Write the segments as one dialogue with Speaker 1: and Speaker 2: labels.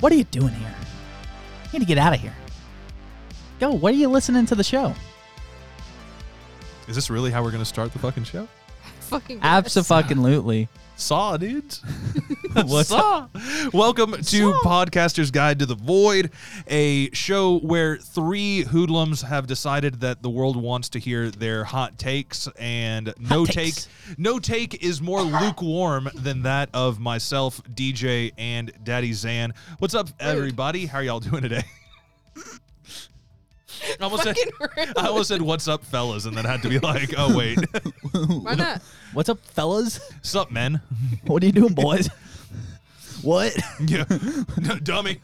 Speaker 1: What are you doing here? You need to get out of here. Yo, why are you listening to the show?
Speaker 2: Is this really how we're gonna start the fucking show?
Speaker 3: Fucking
Speaker 1: Absolutely.
Speaker 2: Saw, dudes.
Speaker 1: What's
Speaker 2: Saw. Welcome to Podcaster's Guide to the Void, a show where three hoodlums have decided that the world wants to hear their hot takes, and no
Speaker 1: takes.
Speaker 2: take, no take is more lukewarm than that of myself, DJ, and Daddy Zan. What's up, everybody? How are y'all doing today? I almost said,
Speaker 3: Fucking rude.
Speaker 2: I almost said, "What's up, fellas?" and then I had to be like, "Oh wait,
Speaker 3: Why not?
Speaker 1: What's up, fellas?
Speaker 2: sup, men."
Speaker 1: What are you doing, boys? what?
Speaker 2: Yeah. No, dummy.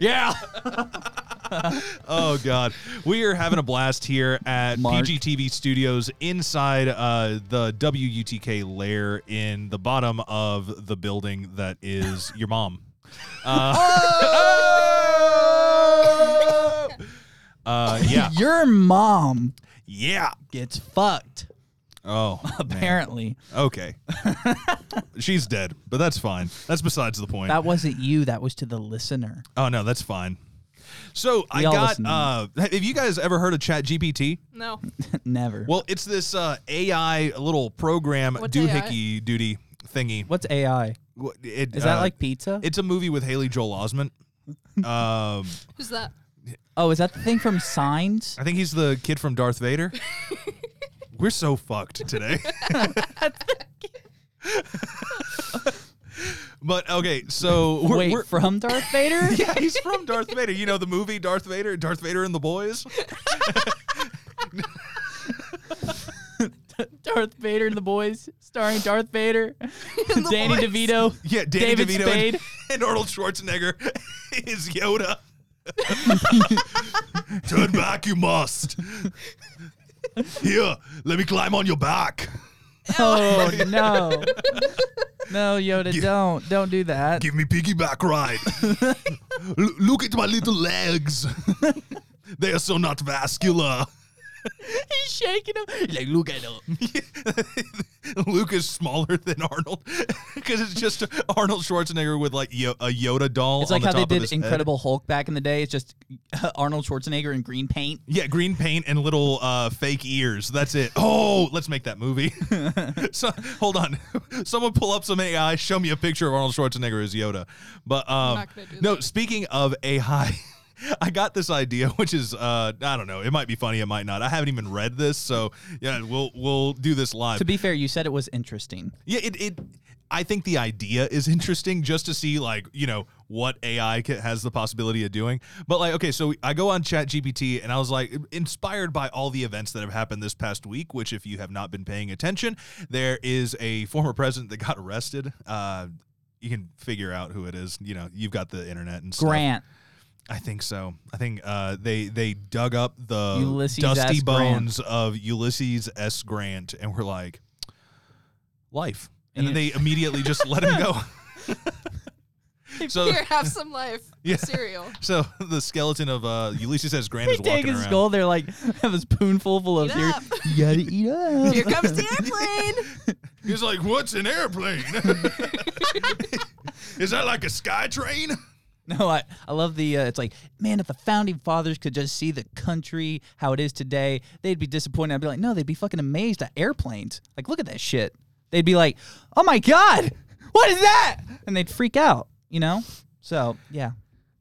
Speaker 2: yeah. oh God, we are having a blast here at
Speaker 1: Mark.
Speaker 2: PGTV Studios inside uh, the WUTK lair in the bottom of the building that is your mom.
Speaker 1: Oh!
Speaker 2: Uh, uh, yeah,
Speaker 1: Your mom
Speaker 2: yeah.
Speaker 1: gets fucked,
Speaker 2: Oh, man.
Speaker 1: apparently.
Speaker 2: okay. She's dead, but that's fine. That's besides the point.
Speaker 1: That wasn't you, that was to the listener.
Speaker 2: Oh no, that's fine. So I
Speaker 1: all
Speaker 2: got.
Speaker 1: listen to
Speaker 2: Uh, have you guys ever heard of Chat GPT?
Speaker 3: No.
Speaker 1: Never.
Speaker 2: Well, it's this uh, AI little program
Speaker 3: What's
Speaker 2: doohickey duty thingy.
Speaker 1: What's AI?
Speaker 2: What- It,
Speaker 1: Is
Speaker 2: uh,
Speaker 1: that like pizza?
Speaker 2: It's a movie with Haley Joel Osment. um,
Speaker 3: Who's that?
Speaker 1: oh, is that the thing from Signs?
Speaker 2: I think he's the kid from Darth Vader. We're so fucked today. but okay, so we're,
Speaker 1: Wait,
Speaker 2: we're-
Speaker 1: from Darth Vader?
Speaker 2: yeah, he's from Darth Vader. You know the movie Darth Vader, Darth Vader and the Boys.
Speaker 1: Darth Vader and the Boys, starring Darth Vader, Danny
Speaker 3: Boys.
Speaker 1: DeVito,
Speaker 2: Yeah, Danny
Speaker 1: David
Speaker 2: DeVito
Speaker 1: Spade.
Speaker 2: And, and Arnold Schwarzenegger is Yoda. Turn back, you must. Here, let me climb on your back.
Speaker 1: Oh no, no, Yoda, don't, don't do that.
Speaker 2: Give me piggyback ride. L- look at my little legs. they are so not vascular.
Speaker 1: He's shaking him. He's like, look at him.
Speaker 2: Luke is smaller than Arnold because it's just Arnold Schwarzenegger with like Yo- a Yoda doll.
Speaker 1: It's
Speaker 2: on
Speaker 1: like
Speaker 2: the
Speaker 1: how they
Speaker 2: top of his
Speaker 1: did
Speaker 2: head.
Speaker 1: Incredible Hulk back in the day. It's just Arnold Schwarzenegger in green paint.
Speaker 2: Yeah, green paint and little uh, fake ears. That's it. Oh, let's make that movie. so, hold on, someone pull up some AI. Show me a picture of Arnold Schwarzenegger as Yoda. But um,
Speaker 3: not gonna do
Speaker 2: no. Speaking of AI, I got this idea, which is uh, I don't know. It might be funny. It might not. I haven't even read this, so yeah, we'll we'll do this live.
Speaker 1: To be fair, you said it was interesting.
Speaker 2: Yeah, it, it. I think the idea is interesting, just to see like you know what AI ca- has the possibility of doing. But like, okay, so I go on ChatGPT and I was like inspired by all the events that have happened this past week. Which, if you have not been paying attention, there is a former president that got arrested. Uh, you can figure out who it is. You know, you've got the internet and stuff.
Speaker 1: Grant,
Speaker 2: I think so. I think uh, they they dug up the
Speaker 1: Ulysses
Speaker 2: dusty
Speaker 1: S. Grant.
Speaker 2: bones of Ulysses S. Grant and were like, life. And then
Speaker 1: Yeah.
Speaker 2: they immediately just let him go. so
Speaker 3: Here, have some life.
Speaker 2: Yeah.
Speaker 3: Cereal.
Speaker 2: so the skeleton of uh, Ulysses S. Grant
Speaker 1: they
Speaker 2: is
Speaker 1: take
Speaker 2: walking
Speaker 1: his
Speaker 2: around.
Speaker 1: skull. They're like, have a spoonful full of
Speaker 3: Eat
Speaker 1: cereal.
Speaker 3: up.
Speaker 1: You gotta eat up.
Speaker 3: Here comes the airplane.
Speaker 2: He's like, what's an airplane? is that like a sky train?
Speaker 1: No, I, I love the. Uh, it's like, man, if the founding fathers could just see the country how it is today, they'd be disappointed. I'd be like, no, they'd be fucking amazed at airplanes. Like, look at that shit. They'd be like, oh my god, what is that? And they'd freak out, you know. So yeah,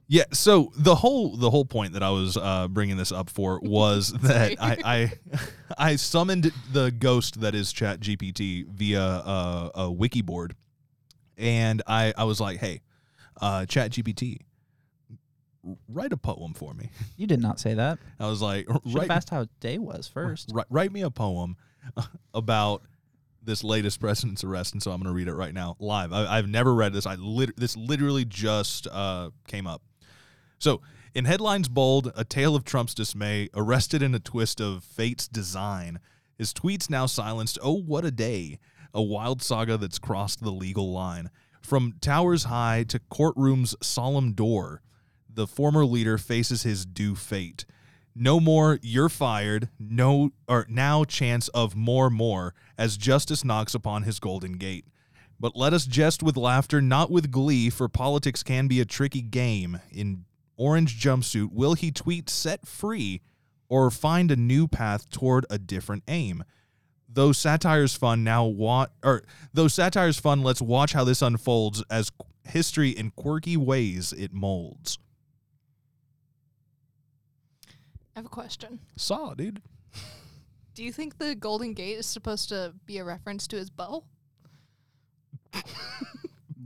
Speaker 2: Yeah. So the whole the whole point that I was uh, bringing this up for was that I, I I summoned the ghost that is Chat GPT via uh, a wiki board, and I I was like, hey, uh, Chat GPT, write a poem for me.
Speaker 1: you did not say that.
Speaker 2: I was like,
Speaker 1: Should have
Speaker 2: write
Speaker 1: asked how his day was first.
Speaker 2: Write, write me a poem about this latest president's arrest, and so I'm going to read it right now live. I, I've never read this. I lit- this literally just uh, came up. So, in headlines bold, a tale of Trump's dismay, arrested in a twist of fate's design. His tweets now silenced. Oh, what a day! A wild saga that's crossed the legal line. From towers high to courtroom's solemn door, the former leader faces his due fate. No more, you're fired. No, or now chance of more, more as justice knocks upon his golden gate. But let us jest with laughter, not with glee, for politics can be a tricky game. In orange jumpsuit, will he tweet set free or find a new path toward a different aim? Though satire's fun, now watch or though satire's fun, let's watch how this unfolds as qu- history in quirky ways it molds.
Speaker 3: I have a question.
Speaker 2: Saw, dude.
Speaker 3: Do you think the Golden Gate is supposed to be a reference to his bow?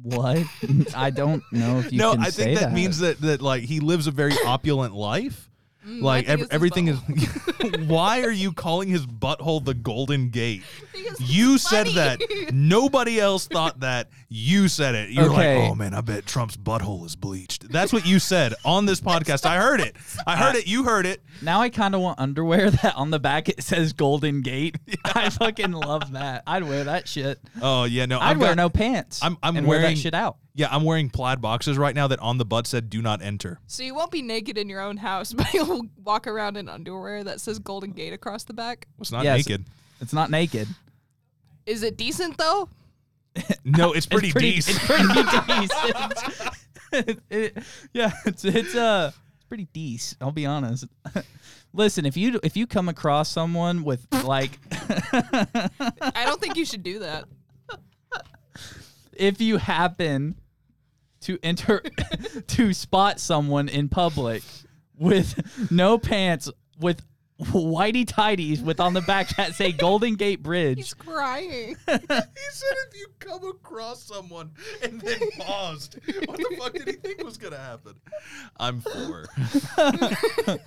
Speaker 1: What? I don't know if you
Speaker 2: no,
Speaker 1: can
Speaker 2: I
Speaker 1: say
Speaker 2: think that, means that that like he lives a very opulent life.
Speaker 3: Mm, I
Speaker 2: Like
Speaker 3: think
Speaker 2: ev-
Speaker 3: it's his
Speaker 2: everything
Speaker 3: bow.
Speaker 2: is. Why are you calling his butthole the Golden Gate?
Speaker 3: Because it's
Speaker 2: You said
Speaker 3: funny.
Speaker 2: that. Nobody else thought that. You said it. You're
Speaker 1: Okay.
Speaker 2: like, oh man, I bet Trump's butthole is bleached. That's what you said on this podcast. I heard it. I heard it. You heard it.
Speaker 1: Now I kind of want underwear that on the back it says Golden Gate. I fucking love that. I'd wear that shit.
Speaker 2: Oh yeah, no.
Speaker 1: I'd
Speaker 2: I've
Speaker 1: wear
Speaker 2: got-
Speaker 1: no pants.
Speaker 2: I'm- I'm
Speaker 1: and wear
Speaker 2: wearing-
Speaker 1: that shit out.
Speaker 2: Yeah, I'm wearing plaid boxes right now that on the butt said "Do not enter."
Speaker 3: So you won't be naked in your own house, but you'll walk around in underwear that says Golden Gate across the back.
Speaker 2: It's not
Speaker 1: Yes.
Speaker 2: naked.
Speaker 1: It's not naked.
Speaker 3: Is it decent though?
Speaker 2: No, it's pretty,
Speaker 1: it's pretty
Speaker 2: decent.
Speaker 1: It's pretty decent. It- yeah, it's it's uh it's pretty decent. I'll be honest. Listen, if you if you come across someone with like
Speaker 3: I don't think you should do that.
Speaker 1: if you happen to enter to spot someone in public with no pants with whitey tidies with on the back that say Golden Gate Bridge.
Speaker 3: He's crying.
Speaker 2: He said if you come across someone and then paused, what the fuck did he think was gonna happen? I'm for.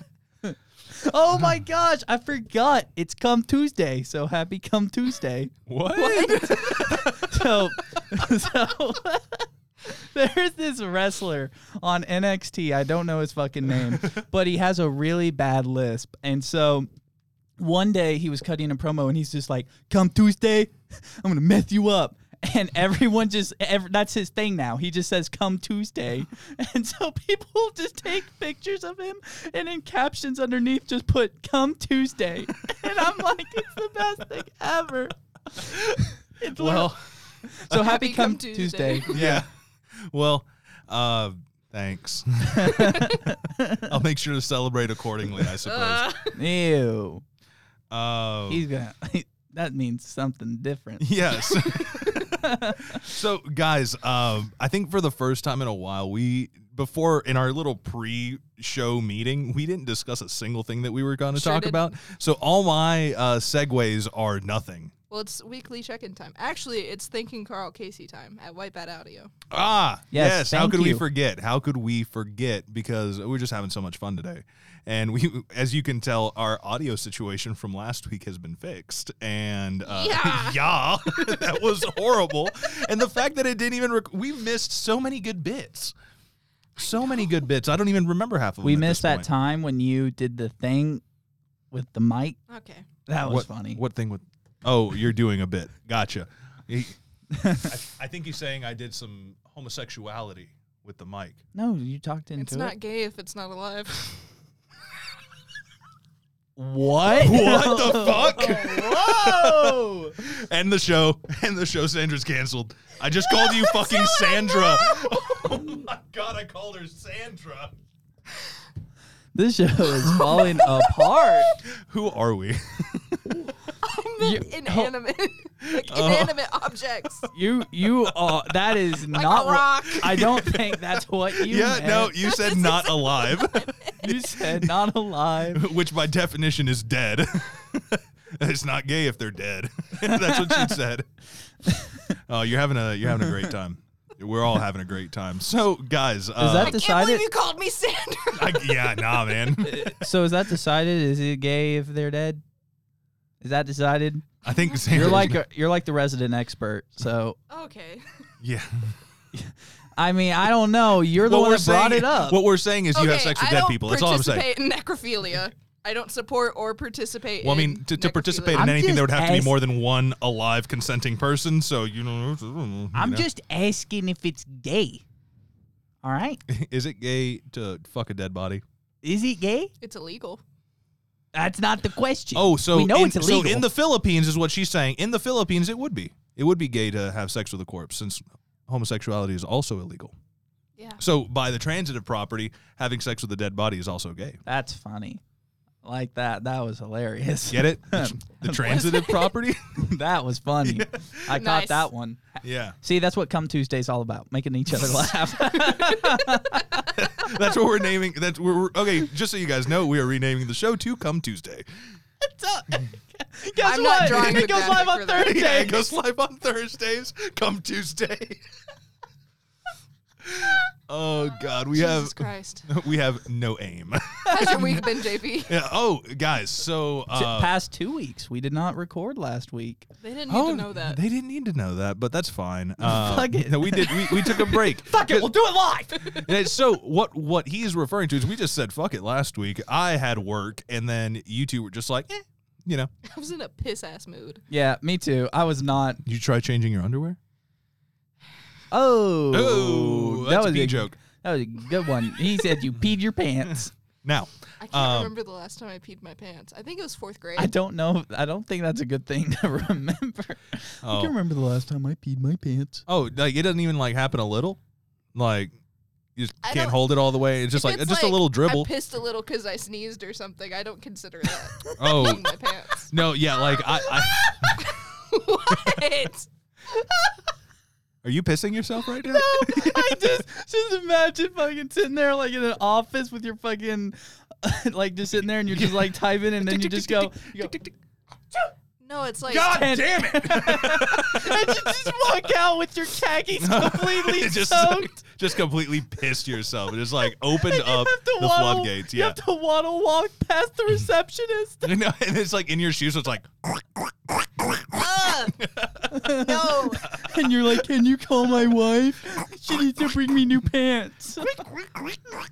Speaker 1: Oh my gosh, I forgot. It's come Tuesday, so happy come Tuesday.
Speaker 2: What?
Speaker 1: so, so there's this wrestler on NXT. I don't know his fucking name, but he has a really bad lisp. And so one day he was cutting a promo and he's just like, Come Tuesday, I'm going to mess you up. And everyone just, ev that's his thing now. He just says, Come Tuesday. And so people just take pictures of him and in captions underneath just put, Come Tuesday. And I'm like, It's the best thing ever. It's
Speaker 2: Well,
Speaker 1: so happy, come, Tuesday.
Speaker 2: yeah. Well, uh, thanks. I'll make sure to celebrate accordingly. I suppose.
Speaker 3: Uh,
Speaker 1: Ew.
Speaker 2: Uh,
Speaker 1: He's gonna. that means something different.
Speaker 2: Yes. so, guys, um, I think for the first time in a while, we before in our little pre-show meeting, we didn't discuss a single thing that we were going to
Speaker 3: Sure
Speaker 2: talk
Speaker 3: didn't.
Speaker 2: about. So, all my uh, segues are nothing.
Speaker 3: well, it's weekly check-in time. Actually, it's thanking Carl Casey time at White Bat Audio.
Speaker 2: Ah,
Speaker 1: Yes,
Speaker 2: yes. How
Speaker 1: thank
Speaker 2: could we
Speaker 1: you.
Speaker 2: forget? How could we forget? Because we're just having so much fun today, and we, as you can tell, our audio situation from last week has been fixed. And uh,
Speaker 3: Yeah.
Speaker 2: yeah, that was horrible. and the fact that it didn't even rec- we missed so many good bits, so many good bits. I don't even remember half of them.
Speaker 1: We
Speaker 2: at
Speaker 1: missed
Speaker 2: this
Speaker 1: that
Speaker 2: point.
Speaker 1: time when you did the thing with the mic.
Speaker 3: Okay.
Speaker 1: That was
Speaker 2: what,
Speaker 1: funny.
Speaker 2: What thing with? Oh, you're doing a bit. Gotcha. He- I, I think he's saying I did some homosexuality with the mic.
Speaker 1: No, you talked into
Speaker 3: It's
Speaker 1: it.
Speaker 3: not gay if it's not alive.
Speaker 1: what? Oh,
Speaker 2: What the fuck?
Speaker 1: Whoa!
Speaker 2: End the show. End the show. Sandra's canceled. I just called you fucking Sandra. Oh my god, I called her Sandra.
Speaker 1: this show is falling apart.
Speaker 2: Who are we?
Speaker 3: I meant inanimate,
Speaker 1: Oh.
Speaker 3: like inanimate objects,
Speaker 1: You, you are. That is
Speaker 3: like
Speaker 1: not.
Speaker 3: a
Speaker 1: what-
Speaker 3: rock.
Speaker 1: I don't think that's what you.
Speaker 2: yeah,
Speaker 1: meant.
Speaker 2: no, you said not alive,
Speaker 1: You said not alive.
Speaker 2: which by definition is dead. it's not gay if they're dead. That's what she said. Oh, you're having a you're having a great time. We're all having a great time. So, guys, uh,
Speaker 1: that
Speaker 3: I
Speaker 1: the-
Speaker 3: can't believe
Speaker 1: Decided-
Speaker 3: you called me Sandra.
Speaker 2: I, yeah, nah, man.
Speaker 1: So is that decided? Is it gay if they're dead? Is that decided?
Speaker 2: I think Sandra
Speaker 1: You're like a, you're like the resident expert. So
Speaker 3: okay.
Speaker 2: yeah.
Speaker 1: I mean, I don't know. You're the
Speaker 2: What
Speaker 1: one
Speaker 2: we're
Speaker 1: that brought
Speaker 2: saying-
Speaker 1: it up.
Speaker 2: What we're saying is you have
Speaker 3: Okay,
Speaker 2: sex with
Speaker 3: I
Speaker 2: dead
Speaker 3: don't
Speaker 2: people. That's all I'm saying.
Speaker 3: Participate in necrophilia. I don't support or participate.
Speaker 2: Well, I
Speaker 3: in
Speaker 2: mean, to, to
Speaker 3: necrophilia.
Speaker 2: participate
Speaker 1: I'm
Speaker 2: in anything, there would
Speaker 1: just
Speaker 2: have to be
Speaker 1: ask-
Speaker 2: more than one alive consenting person. So you know,
Speaker 1: I'm
Speaker 2: you know.
Speaker 1: just asking if it's gay. All right,
Speaker 2: Is it gay to fuck a dead body?
Speaker 1: is it gay?
Speaker 3: it's illegal.
Speaker 1: That's not the question.
Speaker 2: Oh, so
Speaker 1: we know
Speaker 2: in,
Speaker 1: it's illegal.
Speaker 2: So in the Philippines is what she's saying. In the Philippines, it would be. it would be gay to have sex with a corpse since homosexuality is also illegal.
Speaker 3: Yeah.
Speaker 2: So by the transitive property, having sex with a dead body is also gay.
Speaker 1: That's funny. Like that. That was hilarious.
Speaker 2: Get it? The, the transitive property?
Speaker 1: that was funny. I
Speaker 3: Nice.
Speaker 1: caught that one.
Speaker 2: Yeah.
Speaker 1: See, that's what Come Tuesday's all about, making each other laugh.
Speaker 2: That's what we're naming. That's we're, we're okay. Just so you guys know, we are renaming the show to Come Tuesday.
Speaker 1: Guess
Speaker 3: I'm not
Speaker 1: what?
Speaker 3: drawing the
Speaker 1: it goes
Speaker 3: graphic
Speaker 1: live on
Speaker 3: for that.
Speaker 1: Thursday.
Speaker 2: Yeah, it goes live on Thursdays. Come Tuesday. oh God, we
Speaker 3: Jesus
Speaker 2: have
Speaker 3: Christ.
Speaker 2: we have no aim.
Speaker 3: How's your week been, JP?
Speaker 2: yeah. Oh, guys. So
Speaker 1: T-
Speaker 2: uh,
Speaker 1: past two weeks, we did not record last week.
Speaker 3: They didn't need
Speaker 2: oh,
Speaker 3: to know that.
Speaker 2: they didn't need to know that, but that's fine. Uh,
Speaker 1: Fuck it.
Speaker 2: No, we did. We, we took a break.
Speaker 1: Fuck it, we'll do it live.
Speaker 2: Yeah, so what what he's referring to is we just said fuck it last week. I had work, and then you two were just like, eh, you know,
Speaker 3: I was in a piss ass mood.
Speaker 1: yeah, me too. I was not.
Speaker 2: you try changing your underwear.
Speaker 1: Oh,
Speaker 2: Oh, that's a pee joke.
Speaker 1: That was a good one. He said you peed your pants.
Speaker 2: Now,
Speaker 3: I can't
Speaker 2: Um,
Speaker 3: remember the last time I peed my pants. I think it was fourth grade.
Speaker 1: I don't know. I don't think that's a good thing to remember. I
Speaker 2: Oh.
Speaker 1: can remember the last time I peed my pants.
Speaker 2: oh, like it doesn't even like happen a little, like you just
Speaker 3: I
Speaker 2: can't
Speaker 3: don't-
Speaker 2: hold it all the way. It's just
Speaker 3: If
Speaker 2: like
Speaker 3: it's
Speaker 2: just a little dribble.
Speaker 3: I pissed a little because I sneezed or something. I don't consider that
Speaker 2: Oh
Speaker 3: peeing my pants.
Speaker 2: no, yeah, like I, I
Speaker 3: what?
Speaker 2: are you pissing yourself right now?
Speaker 1: I just just imagine fucking sitting there like in an office with your fucking like just sitting there and you're just like typing and then you just go, you go
Speaker 3: No, it's like
Speaker 2: God
Speaker 1: Ten.
Speaker 2: damn it!
Speaker 1: and you just walk out with your khakis completely
Speaker 2: It's just
Speaker 1: soaked.
Speaker 2: just completely pissed yourself. It just like opened
Speaker 1: And you
Speaker 2: up
Speaker 1: have to
Speaker 2: the
Speaker 1: waddle,
Speaker 2: floodgates.
Speaker 1: You
Speaker 2: Yeah.
Speaker 1: have to waddle walk past the receptionist.
Speaker 2: You know, and it's like in your shoes. So it's like
Speaker 3: Ugh. no.
Speaker 1: and you're like, Can you call my wife? She needs to bring me new pants.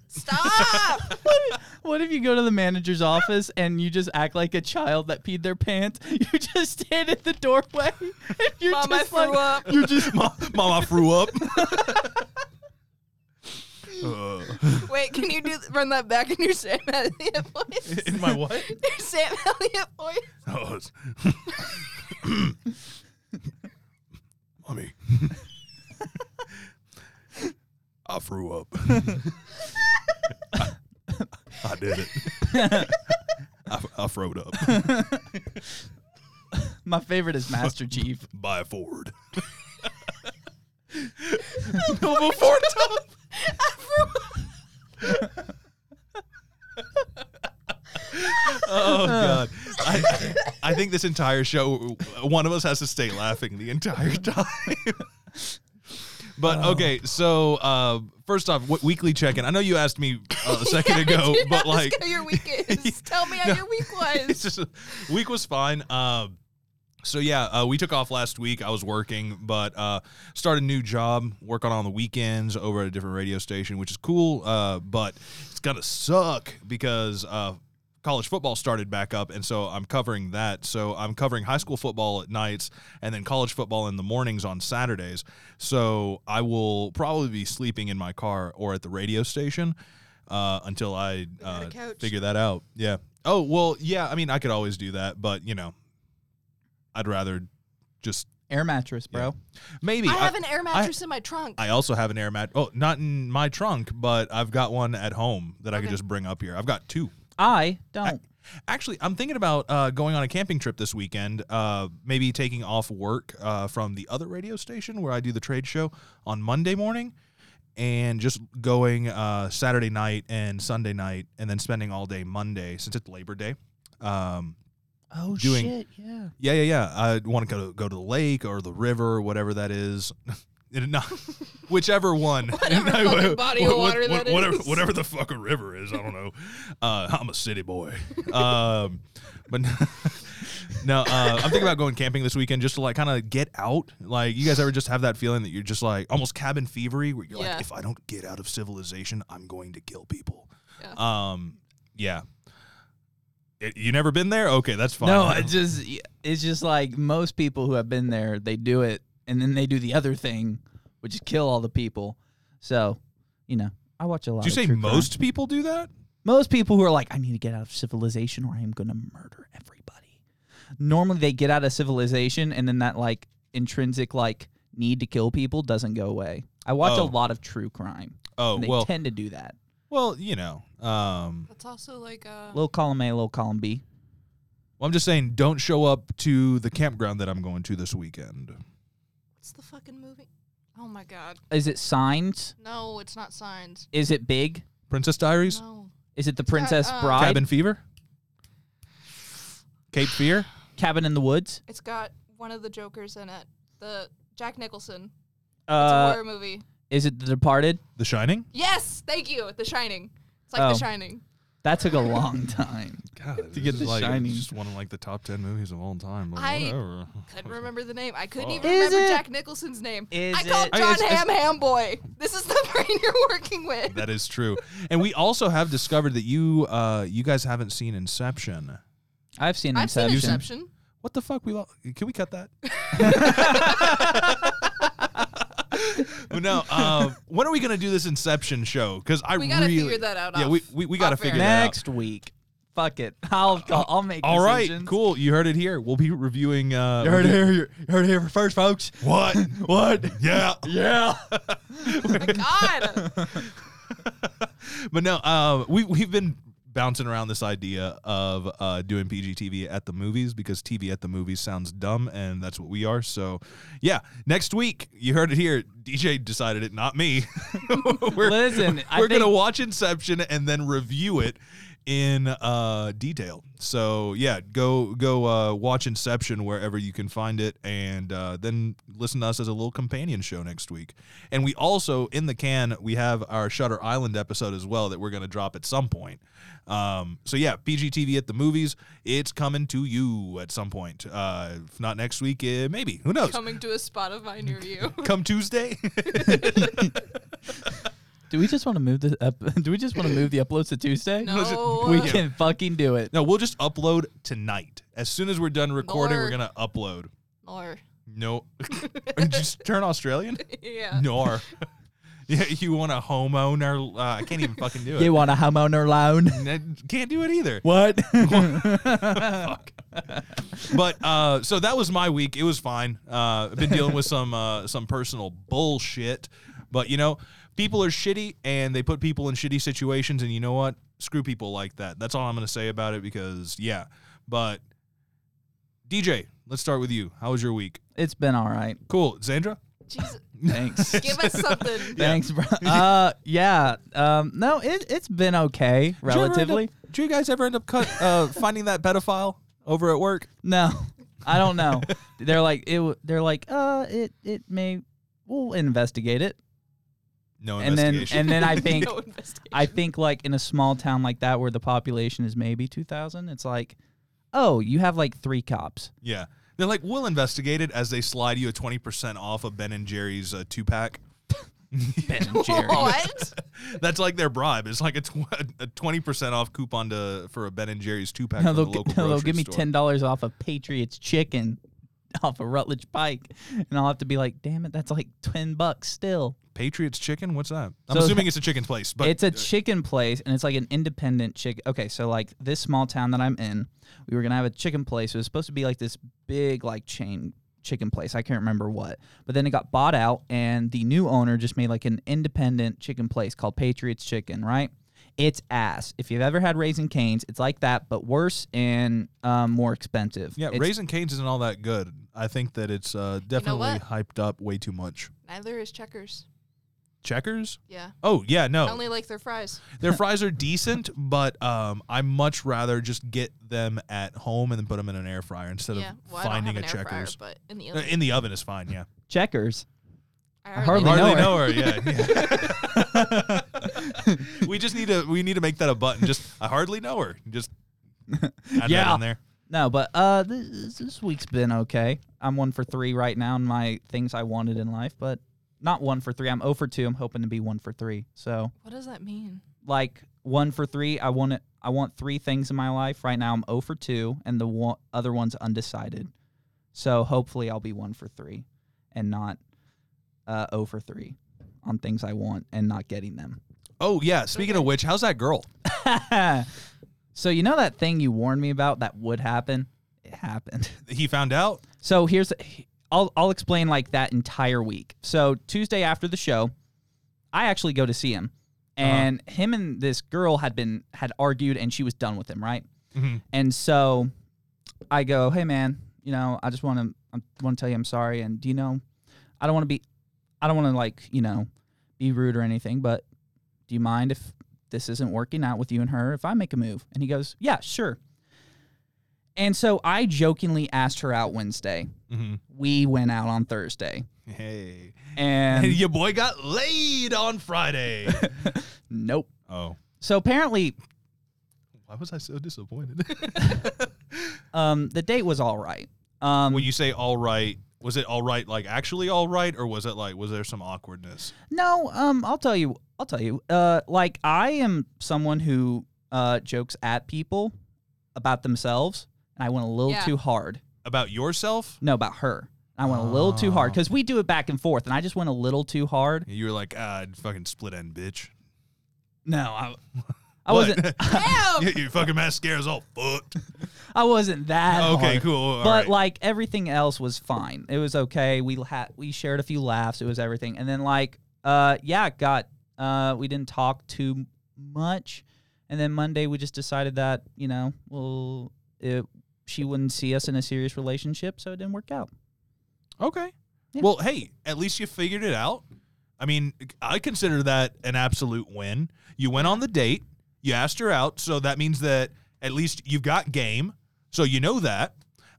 Speaker 3: Stop.
Speaker 1: What if- what if you go to the manager's office and you just act like a child that peed their pants? You just stand at the doorway and you're
Speaker 3: Mom, I
Speaker 1: just
Speaker 3: threw
Speaker 1: like,
Speaker 3: up.
Speaker 1: you're just
Speaker 2: Mom, Mom, I threw up. Uh,
Speaker 3: Wait, can you do run that back in your Sam Elliott voice?
Speaker 2: in my what?
Speaker 3: your Sam Elliott voice.
Speaker 2: Oh, it's- Mommy. I threw up. I- I did it. I, I throwed up.
Speaker 1: my favorite is Master Chief.
Speaker 2: By Ford. Mobile Ford top. Oh god! I, I think this entire show, one of us has to stay laughing the entire time. But
Speaker 3: Oh.
Speaker 2: okay, so uh, first off, what weekly check-in. I know you asked me uh, a second
Speaker 3: Yeah,
Speaker 2: ago,
Speaker 3: dude,
Speaker 2: but
Speaker 3: ask
Speaker 2: like,
Speaker 3: how your week is. Tell me how
Speaker 2: No.
Speaker 3: your week
Speaker 2: it's
Speaker 3: was.
Speaker 2: just week was fine. Um, so yeah, uh, we took off last week. I was working, but uh, started a new job, working on the weekends over at a different radio station, which is cool. Uh, but it's gonna suck because uh, college football started back up, and so I'm covering that. So I'm covering high school football at nights, and then college football in the mornings on Saturdays. So I will probably be sleeping in my car or at the radio station uh, until I
Speaker 3: got a
Speaker 2: uh,
Speaker 3: couch.
Speaker 2: figure that out. Yeah. Oh well, yeah. I mean, I could always do that, but you know, I'd rather just
Speaker 1: Air mattress, bro.
Speaker 2: maybe.
Speaker 3: I have an air mattress in my trunk.
Speaker 2: I also have an air mat. Oh, not in my trunk, but I've got one at home that I could
Speaker 3: Okay.
Speaker 2: just bring up here. I've got two.
Speaker 1: I don't.
Speaker 2: Actually, I'm thinking about uh, going on a camping trip this weekend. Uh, maybe taking off work uh, from the other radio station where I do the trade show on Monday morning, and just going uh, Saturday night and Sunday night, and then spending all day Monday since it's Labor Day. Um,
Speaker 1: oh
Speaker 2: doing-
Speaker 1: shit, yeah.
Speaker 2: yeah, yeah, yeah. I want to go to go to the lake or the river, whatever that is. It- not- whichever one,
Speaker 3: Whatever fucking body of water that is.
Speaker 2: whatever, whatever the fuck a river is. I don't know. Uh, I'm a city boy, um, but no, uh, I'm thinking about going camping this weekend just to like kind of get out. Like, you guys ever just have that feeling that you're just like almost cabin fevery, where you're
Speaker 3: Yeah.
Speaker 2: like, if I don't get out of civilization, I'm going to kill people.
Speaker 3: Yeah.
Speaker 2: Um, yeah. It- you never been there? Okay, that's fine.
Speaker 1: No, I just it's just like most people who have been there, they do it and then they do the other thing, which is kill all the people. So, you know, I watch a lot.
Speaker 2: Do you
Speaker 1: of
Speaker 2: say
Speaker 1: true crime.
Speaker 2: most people do that?
Speaker 1: Most people who are like, I need to get out of civilization or I am going to murder everybody. Normally they get out of civilization and then that like intrinsic like need to kill people doesn't go away. I watch
Speaker 2: Oh.
Speaker 1: a lot of true crime.
Speaker 2: Oh
Speaker 1: and they
Speaker 2: well,
Speaker 1: tend to do that.
Speaker 2: well, you know. Um,
Speaker 3: That's also like uh,
Speaker 1: Little column A, little column B.
Speaker 2: well, I'm just saying, don't show up to the campground that I'm going to this weekend.
Speaker 3: what's the fucking movie? Oh my god.
Speaker 1: Is it signs?
Speaker 3: No, it's not signs.
Speaker 1: Is it big?
Speaker 2: Princess Diaries,
Speaker 3: No.
Speaker 1: Is it the
Speaker 3: got,
Speaker 1: Princess
Speaker 3: uh,
Speaker 1: Bride?
Speaker 2: Cabin Fever, Cape Fear.
Speaker 1: Cabin in the Woods.
Speaker 3: It's got one of the Jokers in it. The Jack Nicholson. It's a
Speaker 1: Uh,
Speaker 3: horror movie.
Speaker 1: is it The Departed?
Speaker 2: The Shining.
Speaker 3: Yes, thank you. The Shining. It's like
Speaker 1: Oh.
Speaker 3: The Shining.
Speaker 1: That took a long time.
Speaker 2: God,
Speaker 1: To get
Speaker 2: this
Speaker 1: The
Speaker 2: is like,
Speaker 1: Shining.
Speaker 2: it's just one of like the top ten movies of all time. but
Speaker 3: I
Speaker 2: whatever.
Speaker 3: Couldn't remember the name. I couldn't
Speaker 2: Oh.
Speaker 3: even
Speaker 1: Is
Speaker 3: remember
Speaker 1: it- Oh,
Speaker 3: Jack Nicholson's name.
Speaker 1: Is
Speaker 3: I called
Speaker 1: it-
Speaker 2: I-
Speaker 3: John
Speaker 2: it's- it's-
Speaker 3: Ham Hamboy. This is the brain you're working with.
Speaker 2: That is true. And we also have discovered that you uh you guys haven't seen Inception.
Speaker 1: I've seen
Speaker 3: I've seen
Speaker 1: Inception.
Speaker 3: Inception.
Speaker 2: What the fuck? We lo- can we cut that? But no. Um, when are we gonna do this Inception show? Because I
Speaker 3: We gotta
Speaker 2: really,
Speaker 3: figure that out
Speaker 2: Yeah,
Speaker 3: off-
Speaker 2: we we, we gotta
Speaker 3: off air.
Speaker 2: figure that out.
Speaker 1: Next week. Fuck it. I'll I'll, I'll make
Speaker 2: All right,
Speaker 1: decisions.
Speaker 2: cool. You heard it here. We'll be reviewing. Uh,
Speaker 1: You heard it here. You heard it here first, folks.
Speaker 2: What? what? Yeah.
Speaker 1: Yeah.
Speaker 3: God.
Speaker 2: But no, um, we we've been bouncing around this idea of uh, doing PGTV at the movies because TV at the movies sounds dumb, and that's what we are. So, yeah, next week you heard it here. DJ decided it, not me. we're
Speaker 1: Listen, I
Speaker 2: we're gonna
Speaker 1: think-
Speaker 2: watch Inception and then review it in uh, detail. So yeah, go go uh, watch Inception wherever you can find it, and uh, then listen to us as a little companion show next week. And we also in the can we have our Shutter Island episode as well that we're gonna drop at some point. Um, so yeah, PGTV at the movies, it's coming to you at some point. Uh, if not next week, eh, maybe who knows?
Speaker 3: Coming to a Spotify near you.
Speaker 2: Come Tuesday.
Speaker 1: Do we just want to move the up? Do we just want to move the uploads to Tuesday?
Speaker 3: No.
Speaker 1: We can fucking do it.
Speaker 2: No, we'll just upload tonight. As soon as we're done recording, we're
Speaker 3: Nor.
Speaker 2: gonna upload.
Speaker 3: Or
Speaker 2: No, just turn Australian.
Speaker 3: yeah.
Speaker 2: Nor. Yeah, you want a homeowner? Uh, I can't even fucking do
Speaker 1: You
Speaker 2: it.
Speaker 1: want a homeowner loan?
Speaker 2: N- Can't do it either.
Speaker 1: What?
Speaker 2: Fuck. But uh, so that was my week. It was fine. Uh, I've been dealing with some uh, some personal bullshit, but you know, people are shitty and they put people in shitty situations. And you know what? Screw people like that. That's all I'm gonna say about it because yeah. But DJ, let's start with you. How was your week?
Speaker 1: it's been all right.
Speaker 2: Cool, Zandra.
Speaker 3: Jesus.
Speaker 1: Thanks.
Speaker 3: Give us something.
Speaker 1: Thanks, bro. Uh, yeah. Um, no, it it's been okay relatively.
Speaker 2: Do you guys ever end up cut, uh, finding that pedophile over at work?
Speaker 1: No, I don't know. they're like it. w- They're like uh, it it may. We'll investigate it,
Speaker 2: No
Speaker 1: and then
Speaker 2: investigation.
Speaker 1: and then I think
Speaker 3: no investigation.
Speaker 1: I think like in a small town like that where the population is maybe two thousand, it's like, oh, you have like three cops.
Speaker 2: yeah, they're like, we'll investigate it as they slide you a twenty percent off of Ben and Jerry's uh, two pack.
Speaker 1: Ben and Jerry.
Speaker 3: What?
Speaker 2: That's like their bribe. It's like a tw- a twenty percent off coupon to for a Ben and Jerry's two pack.
Speaker 1: No,
Speaker 2: from the
Speaker 1: they'll,
Speaker 2: local
Speaker 1: g- no, they'll
Speaker 2: grocery
Speaker 1: give me
Speaker 2: store.
Speaker 1: ten dollars off of Patriots chicken off of Rutledge Pike, and I'll have to be like, damn it, that's like ten bucks still.
Speaker 2: Patriots chicken. What's that? I'm
Speaker 1: So-
Speaker 2: assuming it's a chicken place, but uh,
Speaker 1: it's a chicken place, and it's like an independent chicken. Okay, so like this small town that I'm in, we were gonna have a chicken place. It was supposed to be like this big like chain chicken place. I can't remember what, but then it got bought out, and the new owner just made like an independent chicken place called Patriots Chicken, right? It's ass. If you've ever had Raising Canes, it's like that, but worse and um, more expensive.
Speaker 2: yeah,
Speaker 1: It's-
Speaker 2: Raisin Canes isn't all that good. I think that it's uh, definitely
Speaker 3: what?
Speaker 2: hyped up way too much.
Speaker 3: Neither is Checkers.
Speaker 2: Checkers?
Speaker 3: Yeah.
Speaker 2: Oh yeah, no.
Speaker 3: I only like their fries.
Speaker 2: Their fries are decent, but um, I much rather just get them at home and then put them in an air fryer instead
Speaker 3: yeah.
Speaker 2: of
Speaker 3: Well,
Speaker 2: finding
Speaker 3: I don't
Speaker 2: a
Speaker 3: have an air fryer,
Speaker 2: checkers.
Speaker 3: but in the
Speaker 2: Uh,
Speaker 3: oven,
Speaker 2: in the oven is fine. Yeah,
Speaker 1: Checkers.
Speaker 3: I
Speaker 1: hardly
Speaker 3: hardly
Speaker 1: know
Speaker 2: hardly
Speaker 1: her.
Speaker 2: know her. Yeah. we just need to we need to make that a button. Just I hardly know her. Just add that
Speaker 1: Yeah.
Speaker 2: in there.
Speaker 1: No, but uh, this, this week's been okay. I'm one for three right now in my things I wanted in life, but not one for three. I'm 0 for two. I'm hoping to be one for three. So
Speaker 3: What does that mean?
Speaker 1: like one for three, I want it. I want three things in my life right now. I'm 0 for two, and the one, other one's undecided. So hopefully, I'll be one for three, and not uh, 0 for three on things I want and not getting them.
Speaker 2: Oh yeah. Speaking of which, how's that girl?
Speaker 1: so you know that thing you warned me about that would happen. It happened.
Speaker 2: He found out.
Speaker 1: So here's I'll I'll explain like that entire week. So Tuesday after the show, I actually go to see him, and him and this girl had been had argued, and she was done with him, right?
Speaker 2: Mhm.
Speaker 1: And so I go, hey man, you know, I just want to I want to tell you I'm sorry, and do you know, I don't want to be, I don't want to like you know, be rude or anything, but do you mind if this isn't working out with you and her if I make a move? And he goes, yeah, sure. And so I jokingly asked her out Wednesday.
Speaker 2: Mhm.
Speaker 1: We went out on Thursday.
Speaker 2: Hey,
Speaker 1: And
Speaker 2: your boy got laid on Friday.
Speaker 1: nope.
Speaker 2: oh,
Speaker 1: So apparently,
Speaker 2: why was I so disappointed?
Speaker 1: um, the date was all right. Um,
Speaker 2: when you say all right, was it all right, like actually all right, or was it like was there some awkwardness?
Speaker 1: no, um, I'll tell you, I'll tell you. Uh, like I am someone who uh jokes at people about themselves, and I went a little
Speaker 3: Yeah.
Speaker 1: too hard.
Speaker 2: About yourself?
Speaker 1: No, about her. I went a little too hard
Speaker 2: Oh.
Speaker 1: because we do it back and forth, and I just went a little too hard.
Speaker 2: You were like, ah, fucking split end, bitch.
Speaker 1: No, I, I
Speaker 2: What?
Speaker 1: wasn't.
Speaker 3: Damn!
Speaker 2: your, your fucking mascara's all fucked.
Speaker 1: I wasn't that.
Speaker 2: okay,
Speaker 1: hard.
Speaker 2: cool. all
Speaker 1: but
Speaker 2: right.
Speaker 1: like everything else was fine. It was okay. We had we shared a few laughs. It was everything. And then like uh yeah, it got uh we didn't talk too much. And then Monday we just decided that, you know, well it, she wouldn't see us in a serious relationship, so it didn't work out.
Speaker 2: Okay.
Speaker 1: Yeah.
Speaker 2: Well, hey, at least you figured it out. I mean, I consider that an absolute win. You went on the date, you asked her out, so that means that at least you've got game. So you know that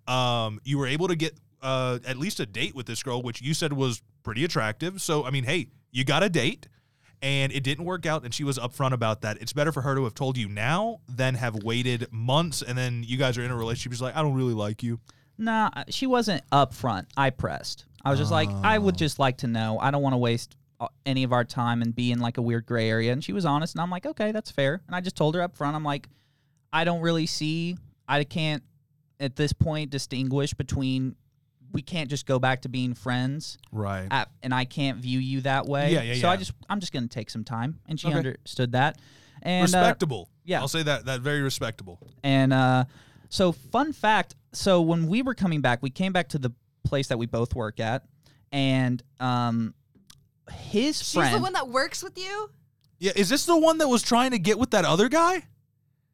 Speaker 2: um, you were able to get uh, at least a date with this girl, which you said was pretty attractive. So I mean, hey, you got a date, and it didn't work out, and she was upfront about that. It's better for her to have told you now than have waited months, and then you guys are in a relationship. She's like, I don't really like you.
Speaker 1: Nah, she wasn't upfront. I pressed. I was just like, I would just like to know. I don't want to waste uh, any of our time and be in like a weird gray area. And she was honest, and I'm like, okay, that's fair. And I just told her up front, I'm like, I don't really see. I can't at this point distinguish between. We can't just go back to being friends,
Speaker 2: Right.
Speaker 1: at, and I can't view you that way.
Speaker 2: Yeah, yeah,
Speaker 1: So I
Speaker 2: yeah.
Speaker 1: just, I'm just gonna take some time, and she
Speaker 2: Okay.
Speaker 1: understood that. And uh,
Speaker 2: respectable.
Speaker 1: yeah.
Speaker 2: I'll say that that very respectable.
Speaker 1: and uh, so, fun fact so, when we were coming back, we came back to the place that we both work at, and um, his
Speaker 4: She's
Speaker 1: friend.
Speaker 4: the one that works with you.
Speaker 2: Yeah, is this the one that was trying to get with that other guy?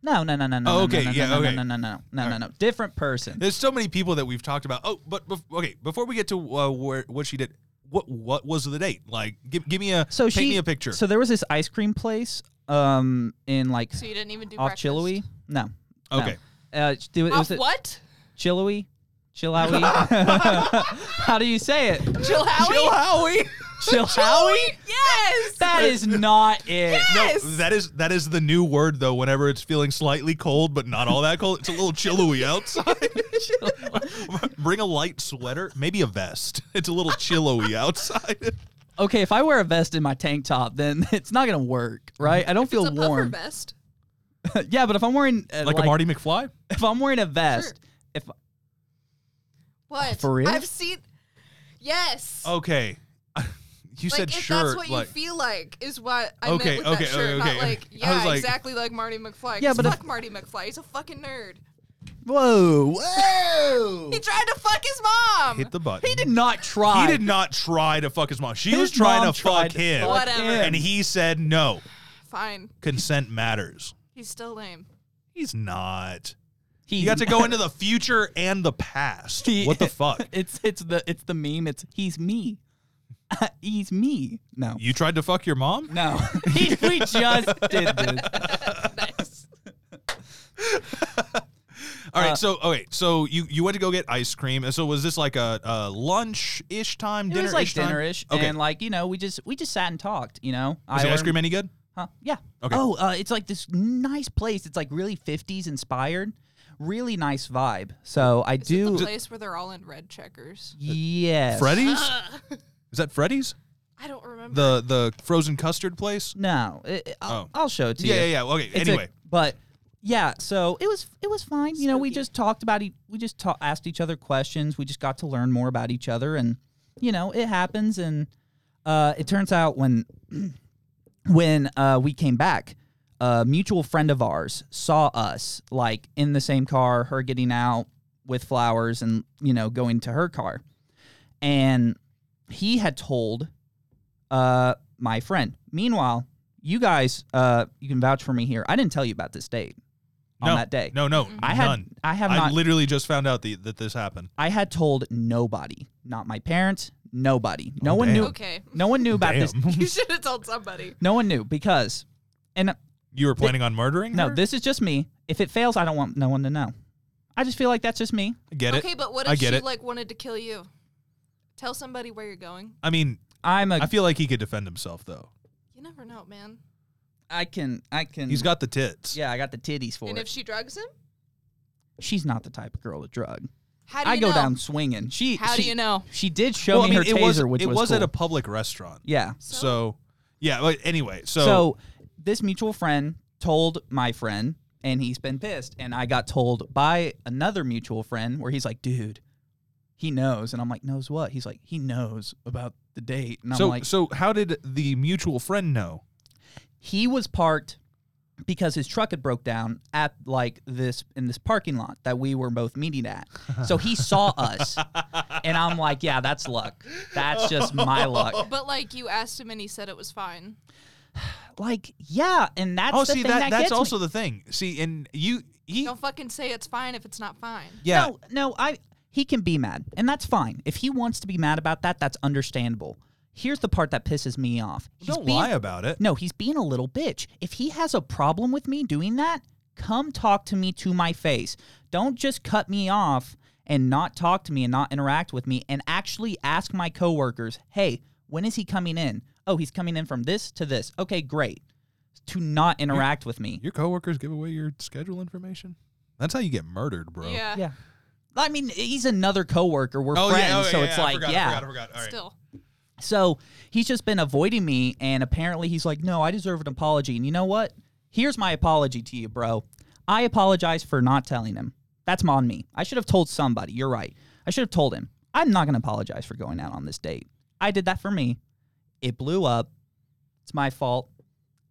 Speaker 1: no, no, no, no, no.
Speaker 2: Oh,
Speaker 1: no,
Speaker 2: okay,
Speaker 1: No, no,
Speaker 2: yeah,
Speaker 1: no,
Speaker 2: okay.
Speaker 1: no, no, no, no, no,
Speaker 2: All
Speaker 1: no,
Speaker 2: right.
Speaker 1: no. Different person.
Speaker 2: There's so many people that we've talked about. Oh, but bef- okay, before we get to uh, where what she did, what what was the date? Like, give, give me a
Speaker 1: So
Speaker 2: paint
Speaker 1: she-
Speaker 2: me a picture.
Speaker 1: So, there was this ice cream place um, in like
Speaker 3: So you didn't even do
Speaker 1: off
Speaker 3: breakfast.
Speaker 1: Chiloe. No. no.
Speaker 2: okay,
Speaker 1: Uh, it was- it
Speaker 3: Off
Speaker 1: was it
Speaker 3: what?
Speaker 1: Chiloe? Chiloe? How do you say it?
Speaker 3: Jill Howie?
Speaker 2: Jill
Speaker 4: Oh,
Speaker 2: Howie.
Speaker 1: Chiloe?
Speaker 3: Yes.
Speaker 1: That is not it.
Speaker 3: yes.
Speaker 2: No, that is that is the new word though. Whenever it's feeling slightly cold, but not all that cold, it's a little chilly outside. Bring a light sweater, maybe a vest. It's a little chilly outside.
Speaker 1: okay, if I wear a vest in my tank top, then it's not gonna work, right? I don't feel
Speaker 3: it's a puffer
Speaker 1: warm.
Speaker 3: vest.
Speaker 1: yeah, but if I'm wearing uh,
Speaker 2: like, a Marty McFly.
Speaker 1: if I'm wearing a vest, if
Speaker 4: What?
Speaker 1: For real?
Speaker 4: I've seen. Yes.
Speaker 2: Okay. You
Speaker 4: like
Speaker 2: Oh, said
Speaker 4: if
Speaker 2: shirt.
Speaker 4: that's what
Speaker 2: like,
Speaker 4: you feel like is what I
Speaker 2: Okay,
Speaker 4: meant with
Speaker 2: okay,
Speaker 4: that shirt,
Speaker 2: okay,
Speaker 4: not
Speaker 2: okay.
Speaker 4: like
Speaker 2: I
Speaker 4: yeah,
Speaker 2: was like-
Speaker 4: exactly like Marty McFly.
Speaker 1: Yeah,
Speaker 4: 'cause
Speaker 1: but if-
Speaker 4: fuck Marty McFly, he's a fucking nerd.
Speaker 1: whoa, whoa,
Speaker 4: He tried to fuck his mom.
Speaker 2: hit the button.
Speaker 1: he did not try.
Speaker 2: He did not try to fuck his mom. She
Speaker 1: His
Speaker 2: was trying
Speaker 1: mom
Speaker 2: to
Speaker 1: tried
Speaker 2: fuck him.
Speaker 4: fuck Whatever.
Speaker 1: him.
Speaker 2: And he said no.
Speaker 4: Fine,
Speaker 2: Consent matters.
Speaker 4: he's still lame.
Speaker 2: He's not.
Speaker 1: He
Speaker 2: You got to go into the future and the past.
Speaker 1: He-
Speaker 2: what the fuck?
Speaker 1: It's it's the it's the meme. It's he's me. he's me. No,
Speaker 2: You tried to fuck your mom?
Speaker 1: no. he, we just did this.
Speaker 4: nice.
Speaker 2: All right.
Speaker 1: Uh,
Speaker 2: so, okay. So you you went to go get ice cream. And so was this like a, a lunch ish time?
Speaker 1: It
Speaker 2: dinner
Speaker 1: was like
Speaker 2: time?
Speaker 1: dinnerish,
Speaker 2: Okay.
Speaker 1: and like you know, we just we just sat and talked. You know,
Speaker 2: was the ice
Speaker 1: ordered-
Speaker 2: cream any good?
Speaker 1: Huh? Yeah.
Speaker 2: Okay.
Speaker 1: Oh, uh, it's like this nice place. It's like really 50s inspired. Really nice vibe. So I
Speaker 3: Is it
Speaker 1: do.
Speaker 3: the place where they're all in red checkers.
Speaker 1: yes.
Speaker 2: Freddy's?
Speaker 4: Ugh.
Speaker 2: Is that Freddy's?
Speaker 4: I don't remember.
Speaker 2: The the frozen custard place?
Speaker 1: No. It, it- I'll,
Speaker 2: Oh.
Speaker 1: I'll show it to
Speaker 2: Yeah,
Speaker 1: you.
Speaker 2: yeah, yeah. Okay.
Speaker 1: It's a-
Speaker 2: anyway.
Speaker 1: but yeah, so it was it was fine. You know, we
Speaker 4: Spooky.
Speaker 1: just talked about e- we just ta- asked each other questions. We just got to learn more about each other, and you know, it happens. And uh, it turns out when when uh, we came back, a mutual friend of ours saw us like in the same car, her getting out with flowers, and you know, going to her car, and he had told uh, my friend. Meanwhile, you guys, uh, you can vouch for me here. I didn't tell you about this date on
Speaker 2: No.
Speaker 1: that day.
Speaker 2: No, no,
Speaker 4: Mm-hmm.
Speaker 1: I had
Speaker 2: none.
Speaker 1: I have
Speaker 2: I
Speaker 1: not.
Speaker 2: literally just found out the, that this happened.
Speaker 1: I had told nobody, not my parents, nobody. No
Speaker 2: Oh,
Speaker 1: one
Speaker 2: damn.
Speaker 1: knew.
Speaker 4: Okay.
Speaker 1: No one knew about this.
Speaker 2: Damn.
Speaker 4: You should have told somebody.
Speaker 1: No one knew because, and uh,
Speaker 2: you were planning on murdering
Speaker 1: no,
Speaker 2: her?
Speaker 1: this is just me. If it fails, I don't want no one to know. I just feel like that's just me.
Speaker 2: I get
Speaker 4: okay,
Speaker 2: it.
Speaker 4: but what
Speaker 2: I
Speaker 4: if she
Speaker 2: get it.
Speaker 4: like wanted to kill you? Tell somebody where you're going.
Speaker 2: I mean,
Speaker 1: I'm a.
Speaker 2: I feel like he could defend himself though.
Speaker 4: You never know, man.
Speaker 1: I can. I can.
Speaker 2: He's got the tits.
Speaker 1: Mm. Yeah, I got the titties for
Speaker 4: and
Speaker 1: it.
Speaker 4: if she drugs him,
Speaker 1: She's not the type of girl to drug.
Speaker 4: how do you
Speaker 1: I go
Speaker 4: know?
Speaker 1: down swinging. She.
Speaker 4: How
Speaker 1: she,
Speaker 4: do you know?
Speaker 1: She did show
Speaker 2: Well, I
Speaker 1: me
Speaker 2: mean,
Speaker 1: her
Speaker 2: it
Speaker 1: taser,
Speaker 2: was
Speaker 1: which
Speaker 2: it was,
Speaker 1: was cool.
Speaker 2: at a public restaurant.
Speaker 1: yeah.
Speaker 2: So, yeah. But anyway, so,
Speaker 1: So, this mutual friend told my friend, and he's been pissed. And I got told by another mutual friend where he's like, dude, he knows. And I'm like, knows what? He's like, he knows about the date. And I'm
Speaker 2: so
Speaker 1: like,
Speaker 2: so how did the mutual friend know?
Speaker 1: he was parked because his truck had broke down at like this in this parking lot that we were both meeting at. So he saw us. And I'm like, yeah, that's luck. That's just my luck.
Speaker 4: But like you asked him and he said it was fine.
Speaker 1: Like, yeah, and that's
Speaker 2: oh,
Speaker 1: the
Speaker 2: see
Speaker 1: thing that,
Speaker 2: that
Speaker 1: gets
Speaker 2: that's
Speaker 1: me.
Speaker 2: also the thing. See, and you he
Speaker 4: Don't fucking say it's fine if it's not fine.
Speaker 2: yeah.
Speaker 1: No, no, I he can be mad, and that's fine. If he wants to be mad about that, that's understandable. Here's the part that pisses me off. He's
Speaker 2: don't
Speaker 1: being-
Speaker 2: lie about it.
Speaker 1: No, he's being a little bitch. If he has a problem with me doing that, come talk to me to my face. Don't just cut me off and not talk to me and not interact with me and actually ask my coworkers, "Hey, when is he coming in?" "Oh, he's coming in from this to this." "Okay, great." To not interact with me.
Speaker 2: Your coworkers give away your schedule information. That's how you get murdered, bro. Oh,
Speaker 4: Yeah.
Speaker 1: Yeah. I mean, he's another coworker. We're friends, so it's like, yeah.
Speaker 4: Still.
Speaker 1: So he's just been avoiding me, and apparently he's like, "No, I deserve an apology." And you know what? Here's my apology to you, bro. I apologize for not telling him. That's on me. I should have told somebody. You're right. I should have told him. I'm not going to apologize for going out on this date. I did that for me. It blew up. It's my fault.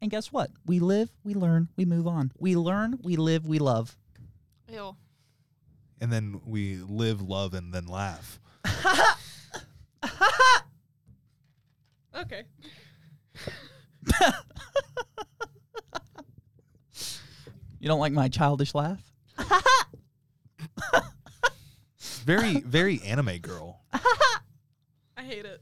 Speaker 1: And guess what? We live, we learn, we move on. We learn, we live, we love.
Speaker 4: Ew.
Speaker 2: And then we live, love, and then laugh.
Speaker 4: Okay.
Speaker 1: You don't like my childish laugh?
Speaker 2: Very, very anime girl.
Speaker 4: I hate it.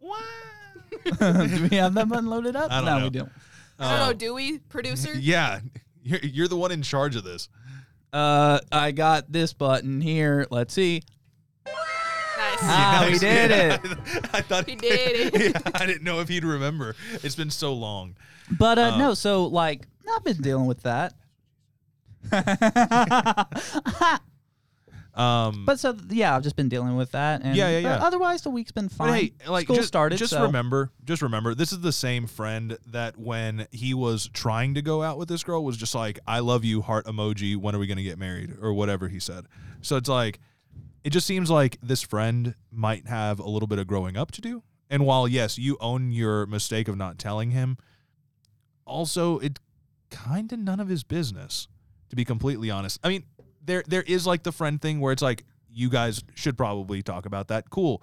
Speaker 1: Do we have that button loaded up?
Speaker 2: I don't
Speaker 1: no,
Speaker 2: know.
Speaker 1: we don't.
Speaker 4: I
Speaker 1: Uh,
Speaker 4: don't
Speaker 2: Oh.
Speaker 4: know, do we, producer?
Speaker 2: Yeah, you're, you're the one in charge of this.
Speaker 1: Uh, I got this button here. Let's see.
Speaker 4: Nice.
Speaker 1: Ah, we
Speaker 2: Nice.
Speaker 1: did
Speaker 2: Yeah.
Speaker 1: it.
Speaker 2: I thought
Speaker 4: He did it.
Speaker 2: Yeah, I didn't know if he'd remember. It's been so long.
Speaker 1: But uh,
Speaker 2: Um,
Speaker 1: no, so like I've been dealing with that.
Speaker 2: Um,
Speaker 1: but so yeah, I've just been dealing with that. And,
Speaker 2: Yeah, yeah, yeah.
Speaker 1: but otherwise, the week's been fine.
Speaker 2: But hey, like
Speaker 1: school
Speaker 2: just,
Speaker 1: started.
Speaker 2: Just
Speaker 1: so-
Speaker 2: remember, just remember, this is the same friend that when he was trying to go out with this girl was just like, "I love you," heart emoji. When are we gonna get married, or whatever he said. So it's like, it just seems like this friend might have a little bit of growing up to do. And while yes, you own your mistake of not telling him, also it kind of none of his business. To be completely honest, I mean, there there is like the friend thing where it's like you guys should probably talk about that. Cool.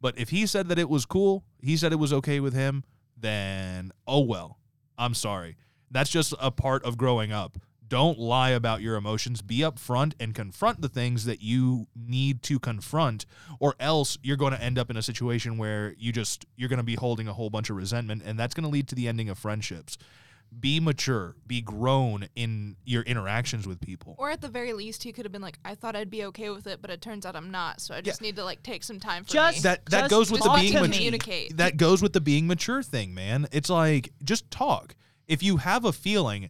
Speaker 2: But if he said that it was cool, he said it was okay with him, then oh well. I'm sorry. That's just a part of growing up. Don't lie about your emotions. Be upfront and confront the things that you need to confront, or else you're going to end up in a situation where you just you're going to be holding a whole bunch of resentment, and that's going to lead to the ending of friendships. Be mature. Be grown in your interactions with people.
Speaker 4: Or at the very least, he could have been like, I thought I'd be okay with it, but it turns out I'm not. So I just need to like take some time for
Speaker 1: Just
Speaker 4: me.
Speaker 2: That- that
Speaker 1: just
Speaker 2: goes with the
Speaker 1: talk
Speaker 2: being
Speaker 1: to
Speaker 2: with-
Speaker 1: me.
Speaker 4: communicate.
Speaker 2: that goes with the being mature thing, man. It's like just talk. If you have a feeling,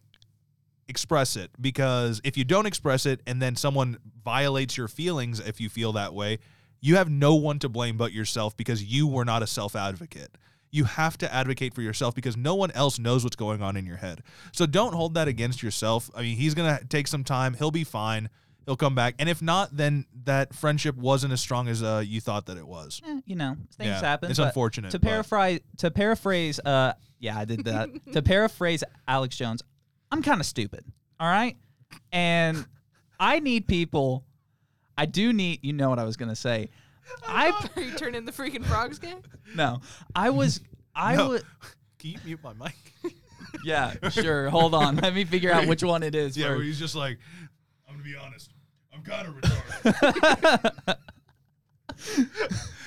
Speaker 2: express it because if you don't express it and then someone violates your feelings if you feel that way, you have no one to blame but yourself because you were not a self-advocate. You have to advocate for yourself because no one else knows what's going on in your head. So don't hold that against yourself. I mean, he's going to take some time. He'll be fine. He'll come back. And if not, then that friendship wasn't as strong as uh, you thought that it was.
Speaker 1: Eh, you know, things
Speaker 2: Yeah,
Speaker 1: happen.
Speaker 2: it's
Speaker 1: but
Speaker 2: unfortunate,
Speaker 1: To
Speaker 2: but-
Speaker 1: paraphrase, to paraphrase, uh, yeah, I did that. to paraphrase Alex Jones, I'm kind of stupid. All right, and I need people. I do need. You know what I was gonna say. I
Speaker 4: Are you turning the freaking frogs gay?
Speaker 1: no. I was. I
Speaker 2: No.
Speaker 1: was.
Speaker 2: Can you mute my mic?
Speaker 1: Yeah. Sure. Hold on. Let me figure out which one it is.
Speaker 2: yeah, where
Speaker 1: first.
Speaker 2: he's just like, I'm gonna be honest, I'm kind of retarded.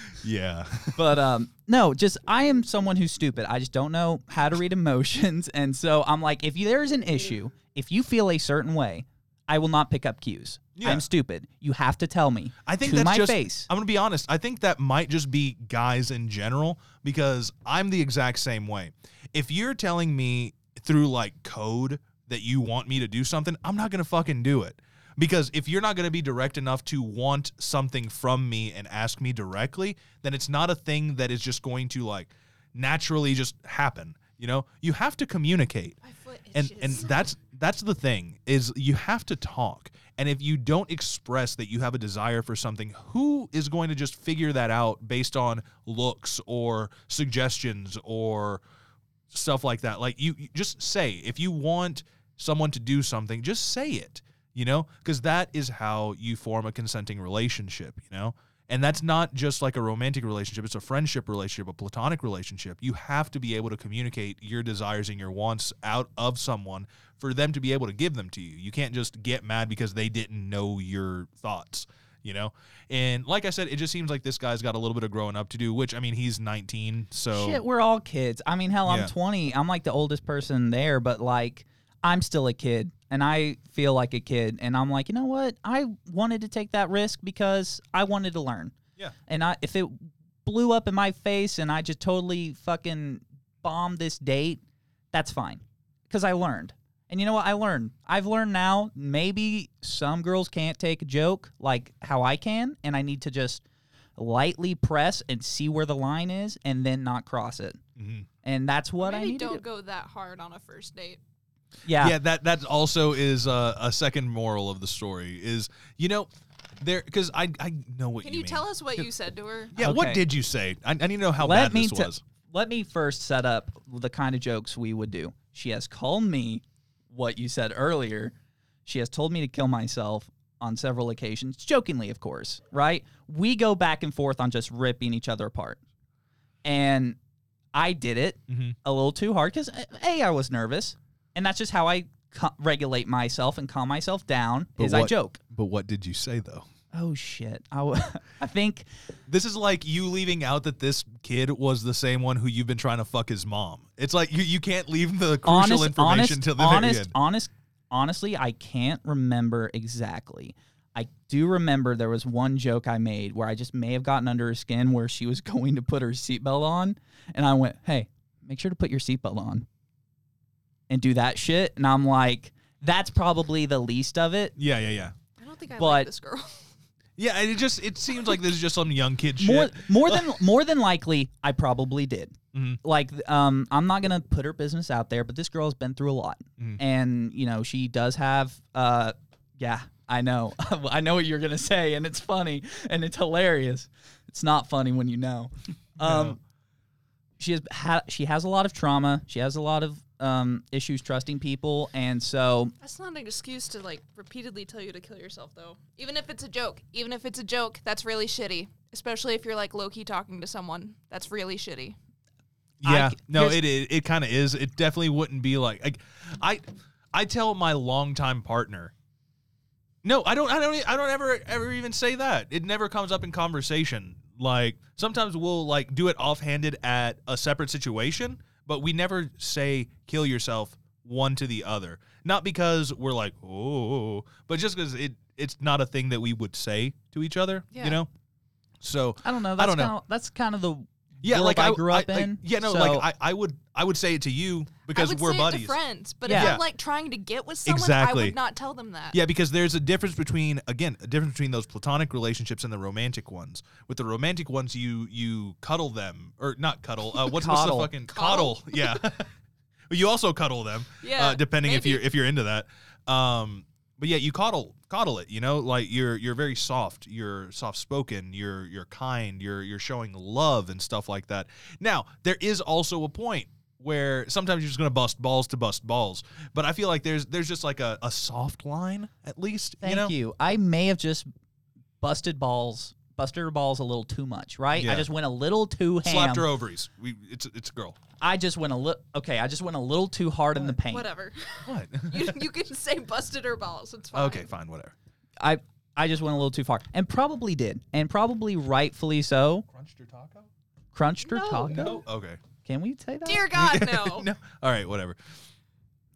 Speaker 2: yeah,
Speaker 1: But um, no, just I am someone who's stupid. I just don't know how to read emotions, and so I'm like, if there's an issue, if you feel a certain way, I will not pick up cues.
Speaker 2: Yeah.
Speaker 1: I'm stupid. You have to tell me.
Speaker 2: I think
Speaker 1: to
Speaker 2: that's
Speaker 1: my
Speaker 2: just.
Speaker 1: face.
Speaker 2: I'm gonna be honest. I think that might just be guys in general because I'm the exact same way. If you're telling me through like code that you want me to do something, I'm not gonna fucking do it. Because if you're not going to be direct enough to want something from me and ask me directly, then it's not a thing that is just going to like naturally just happen. You know, you have to communicate.
Speaker 4: My foot
Speaker 2: and and that's that's the thing is you have to talk and if you don't express that you have a desire for something who is going to just figure that out based on looks or suggestions or stuff like that like you, you just say if you want someone to do something just say it you know because that is how you form a consenting relationship you know and that's not just like a romantic relationship it's a friendship relationship a platonic relationship you have to be able to communicate your desires and your wants out of someone for them to be able to give them to you you can't just get mad because they didn't know your thoughts you know and like i said it just seems like this guy's got a little bit of growing up to do which i mean he's 19 so
Speaker 1: Shit, we're all kids. I mean, hell,
Speaker 2: Yeah.
Speaker 1: I'm 20. I'm like the oldest person there, but like, I'm still a kid and I feel like a kid. And I'm like, you know what? I wanted to take that risk because I wanted to learn.
Speaker 2: Yeah.
Speaker 1: And I, if it blew up in my face and I just totally fucking bombed this date, that's fine because I learned. And you know what? I learned. I've learned now maybe some girls can't take a joke like how I can, and I need to just lightly press and see where the line is and then not cross it.
Speaker 2: Mhm.
Speaker 1: And that's what
Speaker 4: Maybe
Speaker 1: I need
Speaker 4: don't
Speaker 1: to do.
Speaker 4: go that hard on a first date.
Speaker 1: Yeah.
Speaker 2: yeah that that also is a, a second moral of the story is you know there because I, I know what
Speaker 4: Can
Speaker 2: you,
Speaker 4: you,
Speaker 2: mean.
Speaker 4: tell us what you said to her?
Speaker 2: yeah what
Speaker 1: Okay.
Speaker 2: did you say I, I need to know how
Speaker 1: let
Speaker 2: bad
Speaker 1: me
Speaker 2: this
Speaker 1: t-
Speaker 2: was
Speaker 1: let me first set up the kind of jokes we would do. She has called me what you said earlier. She has told me to kill myself on several occasions, jokingly, of course, right? We go back and forth on just ripping each other apart. And I did it
Speaker 2: Mhm.
Speaker 1: a little too hard because, A, I was nervous. And that's just how I co- regulate myself and calm myself down
Speaker 2: But
Speaker 1: is I
Speaker 2: what-
Speaker 1: joke.
Speaker 2: but what did you say though
Speaker 1: Oh, shit. I, w- I think
Speaker 2: this is like you leaving out that this kid was the same one who you've been trying to fuck his mom it's like you, you can't leave the crucial
Speaker 1: honest,
Speaker 2: information
Speaker 1: honest,
Speaker 2: till the
Speaker 1: honest,
Speaker 2: very end
Speaker 1: honest, honestly, I can't remember exactly. I do remember there was one joke I made where I just may have gotten under her skin where she was going to put her seatbelt on, and I went, "Hey, make sure to put your seatbelt on," and do that shit, and I'm like, "That's probably the least of it."
Speaker 2: yeah yeah yeah
Speaker 4: I don't think I
Speaker 1: But-
Speaker 4: like this girl.
Speaker 2: yeah and it just it seems like this is just some young kid shit
Speaker 1: More, more than more than likely, I probably did.
Speaker 2: Mhm.
Speaker 1: Like, um, I'm not gonna put her business out there, but this girl's been through a lot,
Speaker 2: Mhm.
Speaker 1: and you know she does have. Uh, yeah, I know, I know what you're gonna say, and it's funny and it's hilarious. It's not funny when you know. Um,
Speaker 2: No.
Speaker 1: she has ha- she has a lot of trauma. She has a lot of um, issues trusting people, and so
Speaker 4: That's not an excuse to like repeatedly tell you to kill yourself, though. Even if it's a joke, even if it's a joke, that's really shitty. Especially if you're like low key talking to someone, that's really shitty.
Speaker 1: I
Speaker 2: Yeah,
Speaker 1: c-
Speaker 2: no,
Speaker 1: here's-
Speaker 2: it it, it kind of is. It definitely wouldn't be like like I I tell my longtime partner. No, I don't. I don't. e- I don't ever ever even say that. It never comes up in conversation. Like sometimes we'll like do it offhanded at a separate situation, but we never say kill yourself one to the other. Not because we're like oh, but just because it it's not a thing that we would say to each other.
Speaker 4: Yeah.
Speaker 2: You know. So
Speaker 1: I don't know. That's
Speaker 2: I don't know.
Speaker 1: kind of that's kind of the
Speaker 2: yeah,
Speaker 1: world
Speaker 2: like
Speaker 1: I, grew up
Speaker 2: I-
Speaker 1: in.
Speaker 2: yeah, no,
Speaker 1: So-
Speaker 2: like I, I would I would say it to you because
Speaker 4: I would
Speaker 2: we're
Speaker 4: say It
Speaker 2: buddies.
Speaker 4: to friends, but
Speaker 1: Yeah.
Speaker 4: if
Speaker 2: Yeah.
Speaker 4: I'm like trying to get with someone, I
Speaker 2: Exactly.
Speaker 4: would not tell them that.
Speaker 2: Yeah, because there's a difference between again, a difference between those platonic relationships and the romantic ones. With the romantic ones, you you cuddle them or not cuddle. Uh, what's, what's the
Speaker 1: Coddle.
Speaker 2: fucking coddle? Yeah. But you also cuddle them.
Speaker 4: Yeah,
Speaker 2: Uh, depending if
Speaker 4: maybe.
Speaker 2: you're if you're into that. Um but yeah, you coddle coddle it, you know? Like you're you're very soft, you're soft spoken, you're you're kind, you're you're showing love and stuff like that. Now, there is also a point where sometimes you're just gonna bust balls to bust balls. But I feel like there's there's just like a, a soft line at least.
Speaker 1: Thank
Speaker 2: you
Speaker 1: you,
Speaker 2: know?
Speaker 1: I may have just busted balls, bust her balls a little too much, right?
Speaker 2: Yeah.
Speaker 1: I just went a little too ham.
Speaker 2: Slapped her ovaries. We, it's it's a girl.
Speaker 1: I just went a little. Okay, I just went a little too hard in the paint.
Speaker 4: Whatever.
Speaker 2: What?
Speaker 4: you, you can say busted her balls. It's fine.
Speaker 2: okay, fine, whatever.
Speaker 1: I I just went a little too far, and probably did, and probably rightfully so.
Speaker 2: Crunched your taco?
Speaker 1: Crunched her
Speaker 4: No,
Speaker 1: taco.
Speaker 2: No. Oh, Okay.
Speaker 1: Can we say that?
Speaker 4: Dear God, no.
Speaker 2: No. All right, whatever.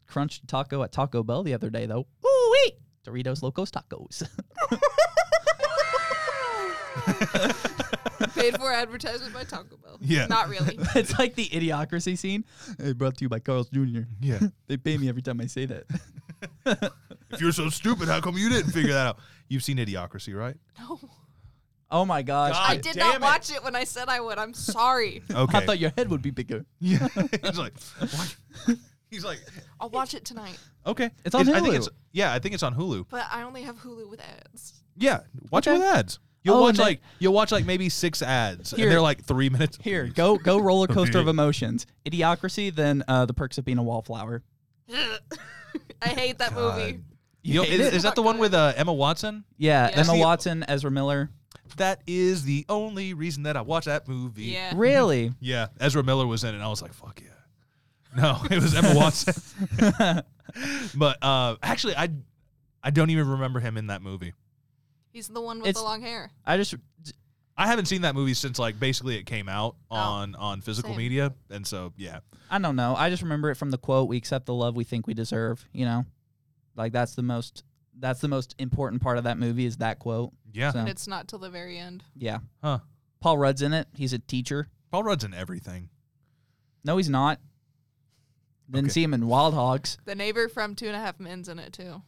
Speaker 1: Crunched taco at Taco Bell the other day though. Ooh wee! Doritos Locos Tacos.
Speaker 4: Paid for advertisement by Taco Bell.
Speaker 2: Yeah.
Speaker 4: Not really.
Speaker 1: it's like the idiocracy scene. Hey, brought to you by Carl's Jr.
Speaker 2: Yeah.
Speaker 1: They pay me every time I say that.
Speaker 2: if you're so stupid, how come you didn't figure that out? You've seen Idiocracy, right?
Speaker 4: No.
Speaker 1: Oh my gosh.
Speaker 2: God
Speaker 4: I did
Speaker 2: damn
Speaker 4: not
Speaker 2: it.
Speaker 4: watch it when I said I would. I'm sorry.
Speaker 2: Okay.
Speaker 1: I thought your head would be bigger.
Speaker 2: yeah. He's like, what? He's like,
Speaker 4: I'll watch it tonight,
Speaker 2: okay.
Speaker 1: It's on
Speaker 2: I think
Speaker 1: Hulu.
Speaker 2: it's, yeah, I think it's on Hulu.
Speaker 4: but I only have Hulu with ads.
Speaker 2: Yeah, watch it
Speaker 1: Okay.
Speaker 2: with ads. You'll
Speaker 1: Oh,
Speaker 2: watch
Speaker 1: and then-
Speaker 2: like you'll watch like maybe six ads,
Speaker 1: Here.
Speaker 2: and they're like three minutes.
Speaker 1: Here, go go roller coaster of
Speaker 2: Okay.
Speaker 1: emotions. Idiocracy, then uh, the perks of being a wallflower.
Speaker 4: I hate that movie.
Speaker 2: God.
Speaker 1: You
Speaker 2: You know,
Speaker 1: hate
Speaker 2: is,
Speaker 1: it?
Speaker 2: is that the one with uh, Emma Watson?
Speaker 1: Yeah,
Speaker 4: Yeah.
Speaker 1: Emma
Speaker 2: See-
Speaker 1: Watson, Ezra Miller.
Speaker 2: That is the only reason that I watched that movie.
Speaker 4: Yeah.
Speaker 1: Really?
Speaker 2: Yeah, Ezra Miller was in it, and I was like, fuck yeah. No, it was Emma Watson. but uh, actually, I I don't even remember him in that movie.
Speaker 4: He's the one with
Speaker 1: It's-
Speaker 4: the long hair.
Speaker 1: I just
Speaker 2: I haven't seen that movie since like basically it came out on on physical
Speaker 4: Oh, same.
Speaker 2: media, and so yeah,
Speaker 1: I don't know. I just remember it from the quote, "We accept the love we think we deserve." You know, like that's the most that's the most important part of that movie is that quote.
Speaker 2: yeah,
Speaker 1: So
Speaker 4: And it's not till the very end.
Speaker 1: yeah,
Speaker 2: huh?
Speaker 1: Paul Rudd's in it. He's a teacher.
Speaker 2: Paul Rudd's in everything.
Speaker 1: No, he's not. Didn't
Speaker 2: Okay.
Speaker 1: see him in Wild Hogs.
Speaker 4: The neighbor from Two and a Half Men's in it too.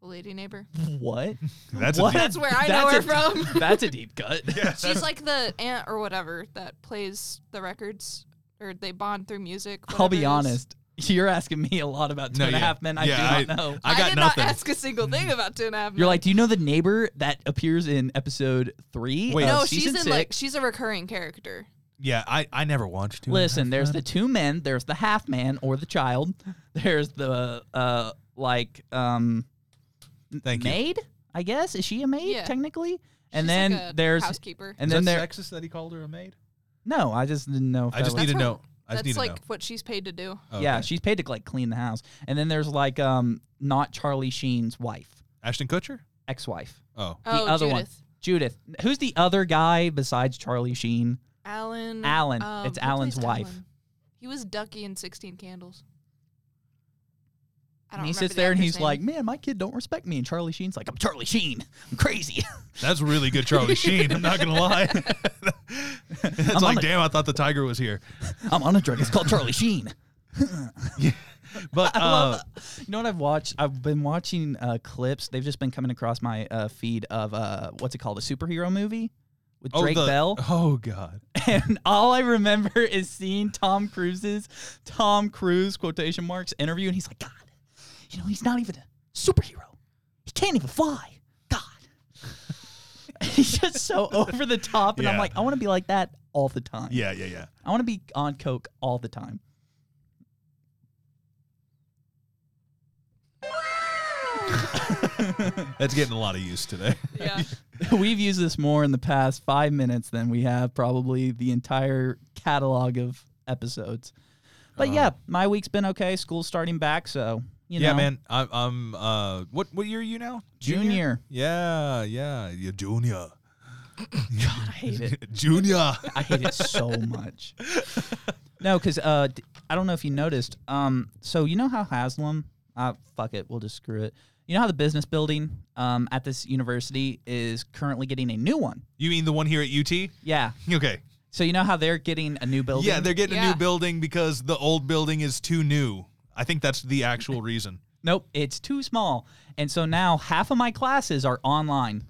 Speaker 4: The lady neighbor.
Speaker 1: What?
Speaker 2: That's
Speaker 1: What?
Speaker 2: A deep,
Speaker 4: That's where I know her
Speaker 1: That's
Speaker 4: from.
Speaker 1: that's a deep cut.
Speaker 2: yeah,
Speaker 4: She's like the aunt or whatever that plays the records or they bond through music.
Speaker 1: I'll be
Speaker 4: whatever it is.
Speaker 1: honest. You're asking me a lot about Two
Speaker 2: No,
Speaker 1: and a
Speaker 2: yeah.
Speaker 1: Half
Speaker 2: Yeah,
Speaker 1: Men. I do not know.
Speaker 2: I got
Speaker 4: did
Speaker 2: nothing.
Speaker 4: not ask a single thing about Two and a Half Men.
Speaker 1: You're like, do you know the neighbor that appears in episode three?
Speaker 2: Wait.
Speaker 1: of
Speaker 4: no, she's in
Speaker 1: season six?
Speaker 4: like she's a recurring character.
Speaker 2: yeah. I I never watched. Two and a
Speaker 1: Listen,
Speaker 2: Half
Speaker 1: there's
Speaker 2: Men.
Speaker 1: the two men, there's the half man or the child, there's the uh like um
Speaker 2: Thank you.
Speaker 1: maid, I guess. Is she a maid
Speaker 4: Yeah.
Speaker 1: technically? And
Speaker 4: She's
Speaker 1: then
Speaker 4: like a
Speaker 1: there's
Speaker 4: housekeeper.
Speaker 1: and then there
Speaker 2: sexist that he called her a maid?
Speaker 1: No, I just didn't know if
Speaker 2: I
Speaker 1: that
Speaker 2: just
Speaker 1: was-
Speaker 2: need to
Speaker 4: That's her-
Speaker 2: know. I just
Speaker 4: That's
Speaker 2: need
Speaker 4: like
Speaker 2: to know.
Speaker 4: what she's paid to do.
Speaker 2: Okay.
Speaker 1: Yeah, she's paid to like clean the house. And then there's like um not Charlie Sheen's wife,
Speaker 2: Ashton Kutcher.
Speaker 1: ex wife.
Speaker 2: Oh,
Speaker 1: The
Speaker 4: oh,
Speaker 1: other
Speaker 4: Judith.
Speaker 1: one. Judith. Who's the other guy besides Charlie Sheen?
Speaker 4: Alan.
Speaker 1: Alan.
Speaker 4: um,
Speaker 1: It's
Speaker 4: who
Speaker 1: Alan's
Speaker 4: plays
Speaker 1: wife.
Speaker 4: Alan? He was Ducky in Sixteen Candles. I
Speaker 1: And
Speaker 4: don't
Speaker 1: he
Speaker 4: remember
Speaker 1: sits
Speaker 4: the
Speaker 1: there and
Speaker 4: actor's
Speaker 1: he's
Speaker 4: name.
Speaker 1: like, Man, my kid don't respect me. And Charlie Sheen's like, I'm Charlie Sheen. I'm crazy.
Speaker 2: that's really good, Charlie Sheen. I'm not gonna lie. it's
Speaker 1: on
Speaker 2: like,
Speaker 1: the-
Speaker 2: damn, I thought the tiger was here.
Speaker 1: I'm on a drug. It's called Charlie Sheen.
Speaker 2: But uh,
Speaker 1: You know what I've watched? I've been watching uh, clips. They've just been coming across my uh, feed of uh, what's it called? A superhero movie with
Speaker 2: oh,
Speaker 1: Drake
Speaker 2: the-
Speaker 1: Bell.
Speaker 2: Oh God.
Speaker 1: And all I remember is seeing Tom Cruise's Tom Cruise quotation marks interview, and he's like, "God, you know, he's not even a superhero. He can't even fly. God." he's just so over the top, and I'm
Speaker 2: Yeah.
Speaker 1: like, I want to be like that all the time.
Speaker 2: Yeah, yeah, yeah.
Speaker 1: I want to be on coke all the time.
Speaker 2: That's getting a lot of use today.
Speaker 4: yeah.
Speaker 1: We've used this more in the past five minutes than we have probably the entire catalog of episodes. But yeah, my week's been okay. School's starting back, so you
Speaker 2: Uh-huh. yeah,
Speaker 1: know,
Speaker 2: man. I'm, I'm. Uh, what what year are you now?
Speaker 1: Junior.
Speaker 2: Yeah, yeah. You're junior.
Speaker 1: I hate it.
Speaker 2: junior.
Speaker 1: I hate it so much. No, because uh, d- I don't know if you noticed. Um, so you know how Haslam? Uh, fuck it, we'll just screw it. You know how the business building um, at this university is currently getting a new one.
Speaker 2: You mean the one here at UT?
Speaker 1: Yeah.
Speaker 2: Okay.
Speaker 1: So you know how they're getting a new building.
Speaker 2: Yeah, they're getting a
Speaker 4: Yeah.
Speaker 2: new building because the old building is too new. I think that's the actual reason.
Speaker 1: Nope, it's too small. And so now half of my classes are online.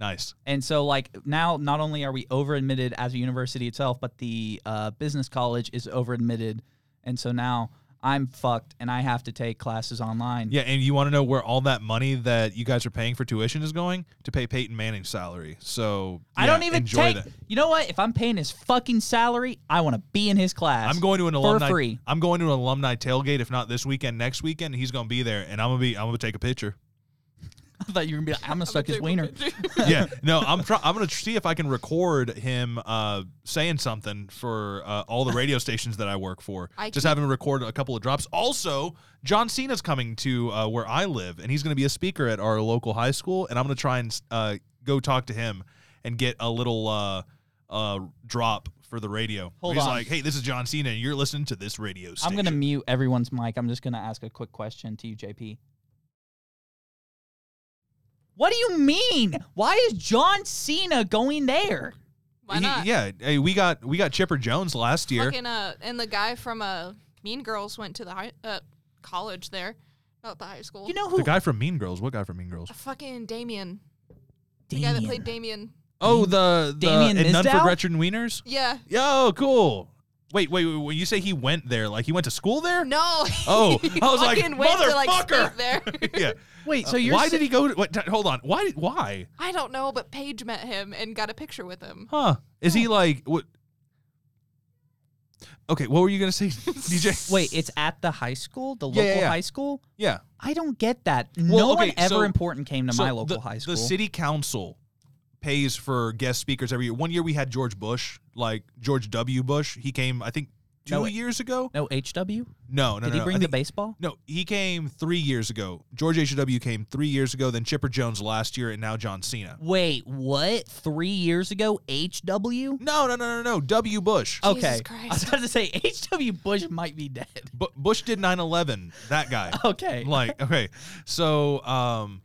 Speaker 2: Nice.
Speaker 1: And so, like, now not only are we over admitted as a university itself, but the uh, business college is over admitted. And so now I'm fucked and I have to take classes online.
Speaker 2: Yeah, and you want to know where all that money that you guys are paying for tuition is going to pay Peyton Manning's salary. So
Speaker 1: I
Speaker 2: yeah,
Speaker 1: don't even
Speaker 2: enjoy
Speaker 1: take.
Speaker 2: that.
Speaker 1: You know what? If I'm paying his fucking salary, I want to be in his class.
Speaker 2: I'm going to an
Speaker 1: for
Speaker 2: alumni.
Speaker 1: free.
Speaker 2: I'm going to an alumni tailgate. If not this weekend, next weekend, he's going to be there, and I'm gonna be. I'm gonna take a picture.
Speaker 1: I thought you were gonna be like, I'm gonna suck his wiener.
Speaker 2: yeah, no, I'm try- I'm gonna see if I can record him uh, saying something for uh, all the radio stations that I work for.
Speaker 4: I
Speaker 2: Just have him record a couple of drops. Also, John Cena's coming to uh, where I live, and he's gonna be a speaker at our local high school, and I'm gonna try and uh, go talk to him and get a little uh, uh, drop for the radio.
Speaker 1: Hold
Speaker 2: he's
Speaker 1: on.
Speaker 2: like, hey, this is John Cena, and you're listening to this radio
Speaker 1: I'm
Speaker 2: station.
Speaker 1: gonna mute everyone's mic. I'm just gonna ask a quick question to you, JP. What do you mean? Why is John Cena going there?
Speaker 4: Why
Speaker 2: He-
Speaker 4: not?
Speaker 2: yeah, hey, we got we got Chipper Jones last year.
Speaker 4: Fucking, uh, and the guy from uh, Mean Girls went to the high, uh, college there, not the high school.
Speaker 1: You know who?
Speaker 2: The guy from Mean Girls. What guy from Mean Girls?
Speaker 4: Uh, fucking Damien, the
Speaker 1: Damien.
Speaker 4: guy that played Damien.
Speaker 2: Oh, the the
Speaker 1: Damien
Speaker 2: and none for
Speaker 1: Mizdow?
Speaker 2: Gretchen Wieners.
Speaker 4: Yeah.
Speaker 2: Yo, cool. Wait, wait, wait. When you say he went there, like he went to school there?
Speaker 4: No.
Speaker 2: Oh,
Speaker 4: he
Speaker 2: I was like,
Speaker 4: fucking went to, like,
Speaker 2: "Motherfucker!"
Speaker 4: speak there.
Speaker 2: yeah.
Speaker 1: Wait, so
Speaker 2: Uh,
Speaker 1: you're
Speaker 2: why
Speaker 1: sa-
Speaker 2: did he go? To, wait, t- hold on. Why? Did, why?
Speaker 4: I don't know, but Paige met him and got a picture with him.
Speaker 2: Huh? Is
Speaker 1: Oh.
Speaker 2: he like what? Okay, what were you gonna say, DJ?
Speaker 1: Wait, it's at the high school, the
Speaker 2: Yeah,
Speaker 1: local
Speaker 2: yeah, yeah.
Speaker 1: high school.
Speaker 2: Yeah.
Speaker 1: I don't get that. no
Speaker 2: Well,
Speaker 1: one
Speaker 2: okay,
Speaker 1: ever
Speaker 2: so-
Speaker 1: important came to
Speaker 2: So
Speaker 1: my local
Speaker 2: the,
Speaker 1: high school.
Speaker 2: The city council pays for guest speakers every year. One year we had George Bush, like George W. Bush. He came, I think, two
Speaker 1: No, wait.
Speaker 2: years ago.
Speaker 1: no HW.
Speaker 2: No, no,
Speaker 1: Did
Speaker 2: no.
Speaker 1: he
Speaker 2: no.
Speaker 1: bring the
Speaker 2: I think-
Speaker 1: baseball?
Speaker 2: No, he came three years ago. George H.W. came three years ago, then Chipper Jones last year, and now John Cena.
Speaker 1: Wait, what? Three years ago, HW.
Speaker 2: No, no, no, no, no. W. Bush.
Speaker 1: Okay, I was
Speaker 4: Christ.
Speaker 1: about to say HW Bush might be dead.
Speaker 2: Bu- Bush did 9 11. That guy.
Speaker 1: Okay.
Speaker 2: like, okay. So, um,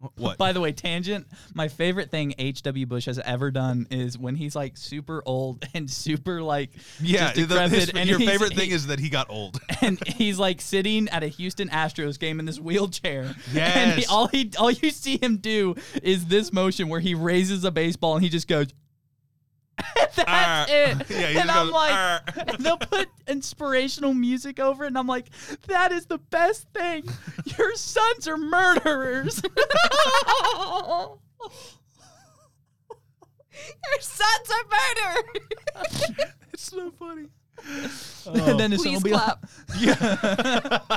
Speaker 2: wh- what?
Speaker 1: By the way, tangent. My favorite thing H.W. Bush has ever done is when he's like super old and super like
Speaker 2: yeah,
Speaker 1: just
Speaker 2: the-
Speaker 1: decrepit,
Speaker 2: his-
Speaker 1: and
Speaker 2: your
Speaker 1: he's-
Speaker 2: favorite thing
Speaker 1: he-
Speaker 2: is that he got old.
Speaker 1: and he's like sitting at a Houston Astros game in this wheelchair. And he,
Speaker 2: Yes.
Speaker 1: all he all you see him do is this motion where he raises a baseball and he just goes. That's
Speaker 2: Arr.
Speaker 1: it.
Speaker 2: Yeah, he
Speaker 1: and
Speaker 2: just
Speaker 1: I'm
Speaker 2: goes,
Speaker 1: like,
Speaker 2: "Arr."
Speaker 1: and they'll put inspirational music over it, and I'm like, that is the best thing. Your sons are murderers.
Speaker 4: Your son's a murderer.
Speaker 2: it's so funny.
Speaker 1: and then it's
Speaker 4: Please
Speaker 1: be like,
Speaker 4: clap.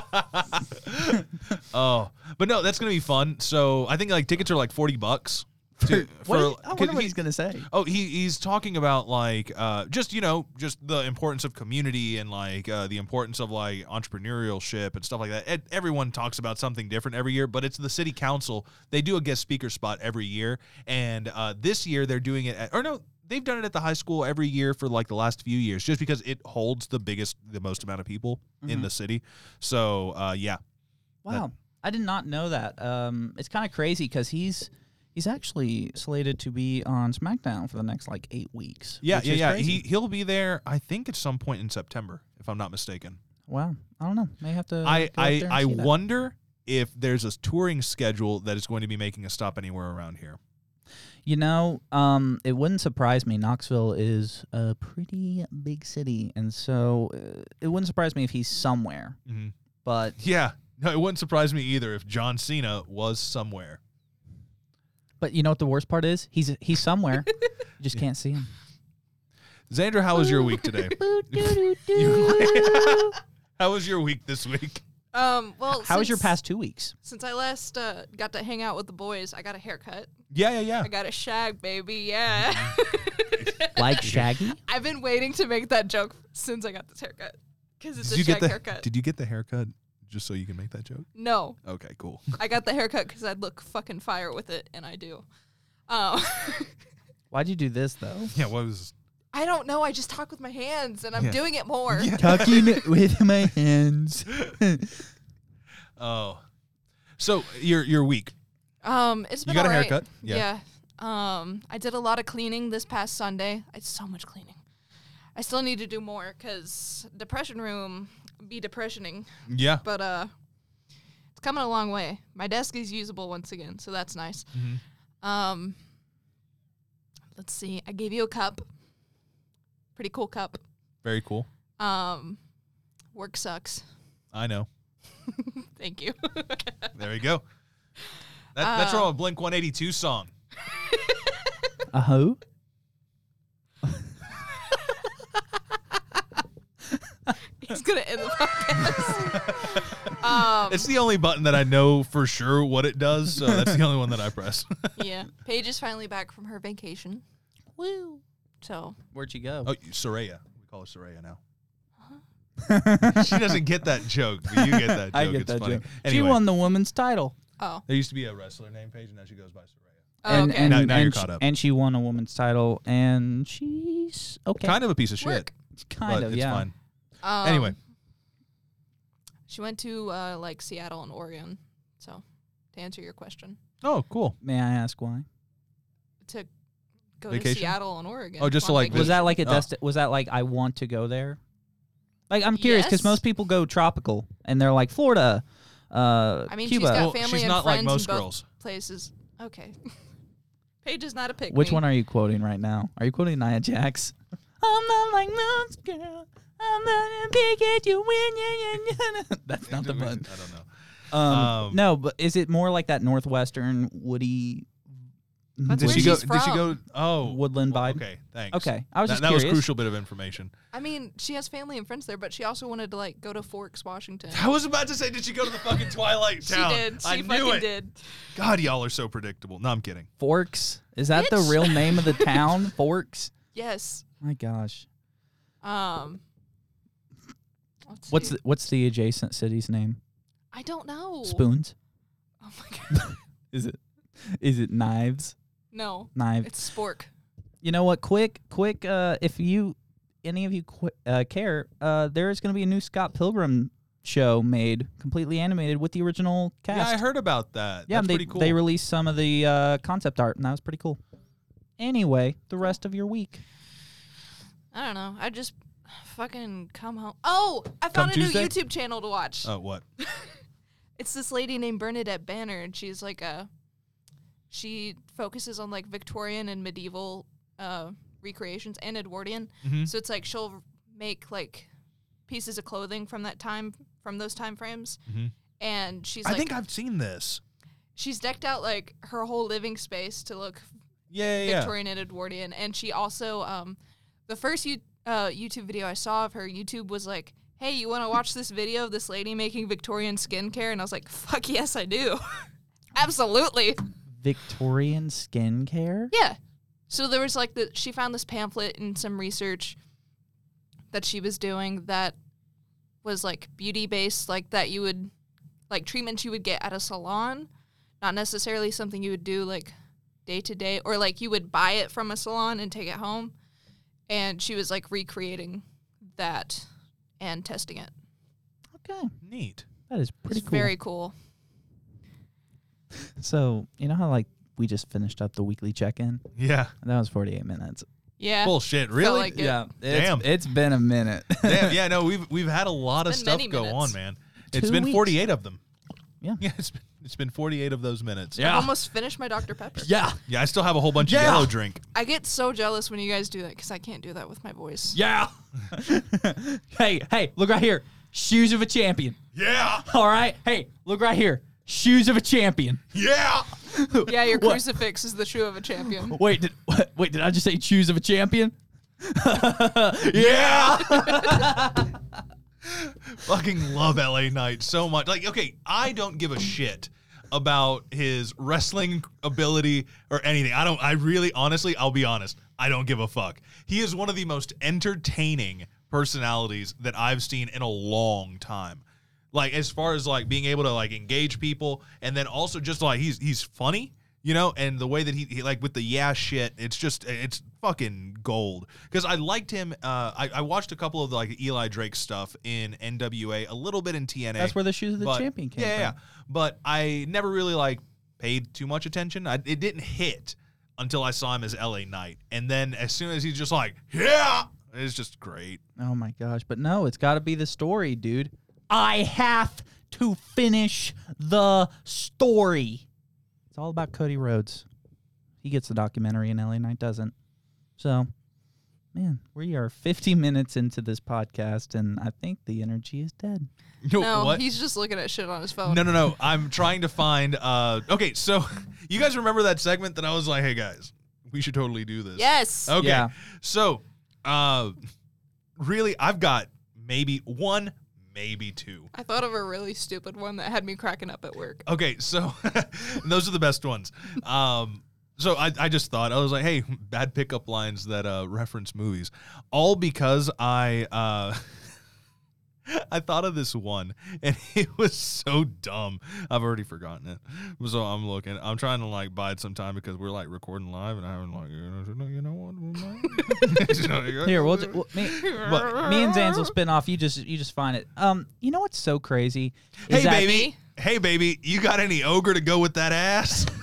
Speaker 2: Oh, but no, that's going to be fun. So, I think like tickets are like 40 bucks. To,
Speaker 1: what are you- I
Speaker 2: 'cause
Speaker 1: wonder what
Speaker 2: he-
Speaker 1: he's gonna say.
Speaker 2: Oh, he he's talking about like uh, just you know just the importance of community and like uh, the importance of like entrepreneurship and stuff like that. Ed, everyone talks about something different every year, but it's the city council. They do a guest speaker spot every year, and uh, this year they're doing it. At, or no, they've done it at the high school every year for like the last few years, just because it holds the biggest, the most amount of people
Speaker 1: Mm-hmm.
Speaker 2: in the city. So uh, yeah,
Speaker 1: Wow, I did not know that. Um, it's kind of crazy because he's he's actually slated to be on SmackDown for the next like eight weeks.
Speaker 2: yeah,
Speaker 1: which
Speaker 2: yeah,
Speaker 1: is
Speaker 2: yeah.
Speaker 1: crazy.
Speaker 2: He he'll be there. I think at some point in September, if I'm not mistaken.
Speaker 1: wow, I don't know. May have to.
Speaker 2: I
Speaker 1: go up
Speaker 2: I,
Speaker 1: there and
Speaker 2: I
Speaker 1: see that.
Speaker 2: wonder if there's a touring schedule that is going to be making a stop anywhere around here.
Speaker 1: You know, um, it wouldn't surprise me. Knoxville is a pretty big city, and so uh, it wouldn't surprise me if he's somewhere.
Speaker 2: Mhm.
Speaker 1: But
Speaker 2: Yeah, no, it wouldn't surprise me either if John Cena was somewhere.
Speaker 1: but you know what the worst part is? He's he's somewhere. you just can't see him.
Speaker 2: Xander, how was your week today? You- how was your week this week?
Speaker 4: Um. Well,
Speaker 1: How was your
Speaker 4: since-
Speaker 1: past two weeks?
Speaker 4: Since I last uh, got to hang out with the boys, I got a haircut.
Speaker 2: Yeah, yeah, yeah.
Speaker 4: I got a shag, baby. Yeah.
Speaker 1: Like Shaggy?
Speaker 4: I've been waiting to make that joke since I got this haircut because it's a shag
Speaker 2: the
Speaker 4: haircut.
Speaker 2: Did you get the haircut just so you can make that joke?
Speaker 4: no,
Speaker 2: Okay, cool.
Speaker 4: I got the haircut because I'd look fucking fire with it, and I do. Um,
Speaker 1: Why'd you do this though?
Speaker 2: Yeah, what was?
Speaker 4: I don't know. I just talk with my hands, and I'm
Speaker 2: Yeah.
Speaker 4: doing it more.
Speaker 2: Yeah.
Speaker 1: Talking with my hands.
Speaker 2: Oh, so your your week?
Speaker 4: Um, it's been
Speaker 2: got a
Speaker 4: alright.
Speaker 2: haircut? Yeah.
Speaker 4: Yeah. Um, I did a lot of cleaning this past Sunday. I did so much cleaning. I still need to do more because depression room be depressioning,
Speaker 2: Yeah.
Speaker 4: but uh, it's coming a long way. My desk is usable once again, so that's nice.
Speaker 2: Mhm.
Speaker 4: Um, let's see. I gave you a cup. Pretty cool cup.
Speaker 2: Very cool.
Speaker 4: Um, work sucks.
Speaker 2: I know.
Speaker 4: Thank you.
Speaker 2: There you go. That, that's
Speaker 4: Uh,
Speaker 2: from a Blink 182 song.
Speaker 1: A hoe?
Speaker 4: He's gonna end the podcast. Um,
Speaker 2: It's the only button that I know for sure what it does, so that's the only one that I press.
Speaker 4: yeah.
Speaker 3: Paige is
Speaker 4: Finally back from her vacation.
Speaker 1: Woo.
Speaker 4: So
Speaker 1: Where'd you go?
Speaker 2: oh, Soraya. We call her Soraya now. she doesn't get that joke, but you get that joke.
Speaker 1: I get
Speaker 2: it's
Speaker 1: that
Speaker 2: funny.
Speaker 1: joke.
Speaker 2: Anyway,
Speaker 1: She won the women's title.
Speaker 3: oh,
Speaker 2: There used to be a wrestler named Paige, and now she goes by Soraya.
Speaker 3: oh
Speaker 1: and,
Speaker 3: okay.
Speaker 1: and,
Speaker 2: Now- now
Speaker 1: and
Speaker 2: you're
Speaker 1: she,
Speaker 2: caught up.
Speaker 1: And she won a women's title, and she's okay.
Speaker 2: Kind of a piece of shit,
Speaker 3: Work.
Speaker 1: Kind
Speaker 2: but
Speaker 1: of,
Speaker 2: it's
Speaker 1: yeah.
Speaker 2: fine.
Speaker 3: Um,
Speaker 2: Anyway,
Speaker 3: she went to uh, like Seattle and Oregon. So to answer your question,
Speaker 2: oh, cool.
Speaker 1: May I ask why?
Speaker 3: to go
Speaker 2: Vacation?
Speaker 3: to Seattle and Oregon.
Speaker 2: Oh, just to,
Speaker 3: on
Speaker 2: like,
Speaker 3: vacation.
Speaker 1: Was that like a
Speaker 2: Oh.
Speaker 1: desti- Was that like I want to go there? Like I'm curious because
Speaker 4: Yes.
Speaker 1: most people go tropical and they're like Florida, uh,
Speaker 3: I mean, she's
Speaker 1: Cuba.
Speaker 3: got
Speaker 2: Well,
Speaker 3: family
Speaker 2: she's
Speaker 3: and
Speaker 2: not like
Speaker 3: friends
Speaker 2: most
Speaker 3: in both
Speaker 2: girls.
Speaker 3: places? Okay. Paige is not a pick.
Speaker 1: Which one are you quoting right now? Are you quoting Nia Jax? I'm not like most girl. I'm not a big at you win. yeah, yeah, yeah. That's not the
Speaker 2: I
Speaker 1: button.
Speaker 2: don't know.
Speaker 1: Um,
Speaker 2: Um,
Speaker 1: no, but is it more like that northwestern woody?
Speaker 3: That's
Speaker 2: Did
Speaker 3: where
Speaker 2: she
Speaker 1: woody-
Speaker 2: go?
Speaker 3: she's
Speaker 2: Did she
Speaker 3: from.
Speaker 2: go? Oh,
Speaker 1: Woodland
Speaker 2: well,
Speaker 1: vibe?
Speaker 2: Okay, thanks.
Speaker 1: Okay, I was
Speaker 2: that,
Speaker 1: just
Speaker 2: that was
Speaker 1: curious.
Speaker 2: crucial bit of information.
Speaker 3: I mean, she has family and friends there, but she also wanted to like go to Forks, Washington.
Speaker 2: I was about to say, did she go to the fucking Twilight
Speaker 3: She
Speaker 2: Town?
Speaker 3: did. She
Speaker 2: I knew
Speaker 3: fucking
Speaker 2: it.
Speaker 3: did.
Speaker 2: God, y'all are so predictable. No, I'm kidding.
Speaker 1: Forks is that the
Speaker 3: Bitch.
Speaker 1: real name of the town? Forks.
Speaker 3: Yes.
Speaker 1: My gosh,
Speaker 3: Um. let's
Speaker 1: what's
Speaker 3: see.
Speaker 1: the, what's the adjacent city's name?
Speaker 3: I don't know.
Speaker 1: Spoons.
Speaker 3: Oh my god.
Speaker 1: Is it? Is it knives?
Speaker 3: No,
Speaker 1: Knives.
Speaker 3: it's spork.
Speaker 1: you know what? Quick, quick. Uh, if you, any of you qu- uh, care, uh, there is going to be a new Scott Pilgrim show made, completely animated with the original cast.
Speaker 2: Yeah, I heard about that.
Speaker 1: Yeah,
Speaker 2: That's
Speaker 1: they
Speaker 2: pretty cool.
Speaker 1: they released some of the uh, concept art, and that was pretty cool. Anyway, the rest of your week.
Speaker 4: I don't know. I just fucking come home. Oh, I
Speaker 2: Come
Speaker 4: found a new
Speaker 2: Tuesday?
Speaker 4: YouTube channel to watch.
Speaker 2: oh, what?
Speaker 4: It's this lady named Bernadette Banner, and she's like a. She focuses on like Victorian and medieval uh, recreations and Edwardian.
Speaker 2: Mhm.
Speaker 4: So it's like she'll make like pieces of clothing from that time, from those time frames.
Speaker 2: Mhm.
Speaker 4: And she's
Speaker 2: I
Speaker 4: like,
Speaker 2: think I've seen this.
Speaker 4: she's decked out like her whole living space to look
Speaker 2: Yeah, yeah, yeah.
Speaker 4: Victorian and Edwardian. And she also, um, the first you, uh, YouTube video I saw of her, YouTube was like, hey, you want to watch this video of this lady making Victorian skincare? And I was like, fuck yes, I do. Absolutely.
Speaker 1: Victorian skincare.
Speaker 4: Yeah. So there was like the, she found this pamphlet and some research that she was doing that was like beauty based, like that you would, like treatments you would get at a salon, not necessarily something you would do like day to day or like you would buy it from a salon and take it home. And she was like recreating that and testing it.
Speaker 1: Okay,
Speaker 2: Neat.
Speaker 1: that is pretty
Speaker 4: it's
Speaker 1: cool.
Speaker 4: very cool.
Speaker 1: so you know how like we just finished up the weekly check-in.
Speaker 2: Yeah.
Speaker 1: That was forty-eight minutes.
Speaker 4: Yeah.
Speaker 2: Bullshit. Really?
Speaker 4: like it. Yeah.
Speaker 1: it's-
Speaker 2: Damn.
Speaker 1: it's been a minute.
Speaker 2: Damn. Yeah. No, we've we've had a lot of
Speaker 4: It's been
Speaker 2: stuff
Speaker 4: many
Speaker 2: go
Speaker 4: minutes.
Speaker 2: on, man. It's
Speaker 1: Two
Speaker 2: been
Speaker 1: weeks.
Speaker 2: 48 of them.
Speaker 1: Yeah.
Speaker 2: Yeah. It's been, it's been 48 of those minutes.
Speaker 4: I almost finished my Dr. Pepper.
Speaker 1: yeah,
Speaker 2: Yeah. I still have a whole bunch
Speaker 1: Yeah.
Speaker 2: of yellow drink.
Speaker 4: I get so jealous when you guys do that because I can't do that with my voice.
Speaker 1: Yeah. hey, hey, look right here. Shoes of a champion.
Speaker 2: Yeah.
Speaker 1: All right. Hey, look right here. Shoes of a champion.
Speaker 2: Yeah.
Speaker 4: Yeah, your
Speaker 1: What?
Speaker 4: crucifix is the shoe of a champion.
Speaker 1: Wait, did what, wait, did I just say shoes of a champion?
Speaker 2: Yeah. Fucking love LA Knight so much. Like, okay, I don't give a shit about his wrestling ability or anything. I don't, I really, honestly, I'll be honest, I don't give a fuck. He is one of the most entertaining personalities that I've seen in a long time. Like, as far as like being able to like engage people and then also just like he's, he's funny. You know, and the way that he, he like with the yeah shit, it's just it's fucking gold. Because I liked him. Uh, I, I watched a couple of like Eli Drake stuff in NWA, a little bit in TNA.
Speaker 1: That's where the shoes of the
Speaker 2: but-
Speaker 1: champion came
Speaker 2: yeah,
Speaker 1: from.
Speaker 2: yeah. But I never really like paid too much attention. I, it didn't hit until I saw him as LA Knight, and then as soon as he's just like yeah, it's just great.
Speaker 1: Oh my gosh, but no, it's got to be the story, dude. I have to finish the story. It's all about Cody Rhodes. He gets the documentary and LA Knight doesn't. So, man, we are 50 minutes into this podcast and I think the energy is dead.
Speaker 4: No,
Speaker 2: what?
Speaker 4: he's just looking at shit on his phone.
Speaker 2: No, no, no. I'm trying to find. Uh, okay, so you guys remember that segment that I was like, hey guys, we should totally do this.
Speaker 4: Yes.
Speaker 1: Oh.
Speaker 2: Okay.
Speaker 1: Yeah.
Speaker 2: So, uh, really, I've got maybe one, maybe two.
Speaker 3: I thought of a really stupid one that had me cracking up at work.
Speaker 2: Okay, so those are the best ones. Um, so I, I just thought I was like, hey, bad pickup lines that uh, reference movies, all because I uh, I thought of this one, and it was so dumb. I've already forgotten it. So I'm looking. I'm trying to like bide some time because we're like recording live, and I'm like, you know, you know what? You know,
Speaker 1: Here, we'll, we'll me,
Speaker 2: What?
Speaker 1: me and Zanz will spin off. You just you just find it. Um, you know what's so crazy?
Speaker 2: Hey,
Speaker 1: Is that-
Speaker 2: baby. Hey, baby. You got any ogre to go with that ass?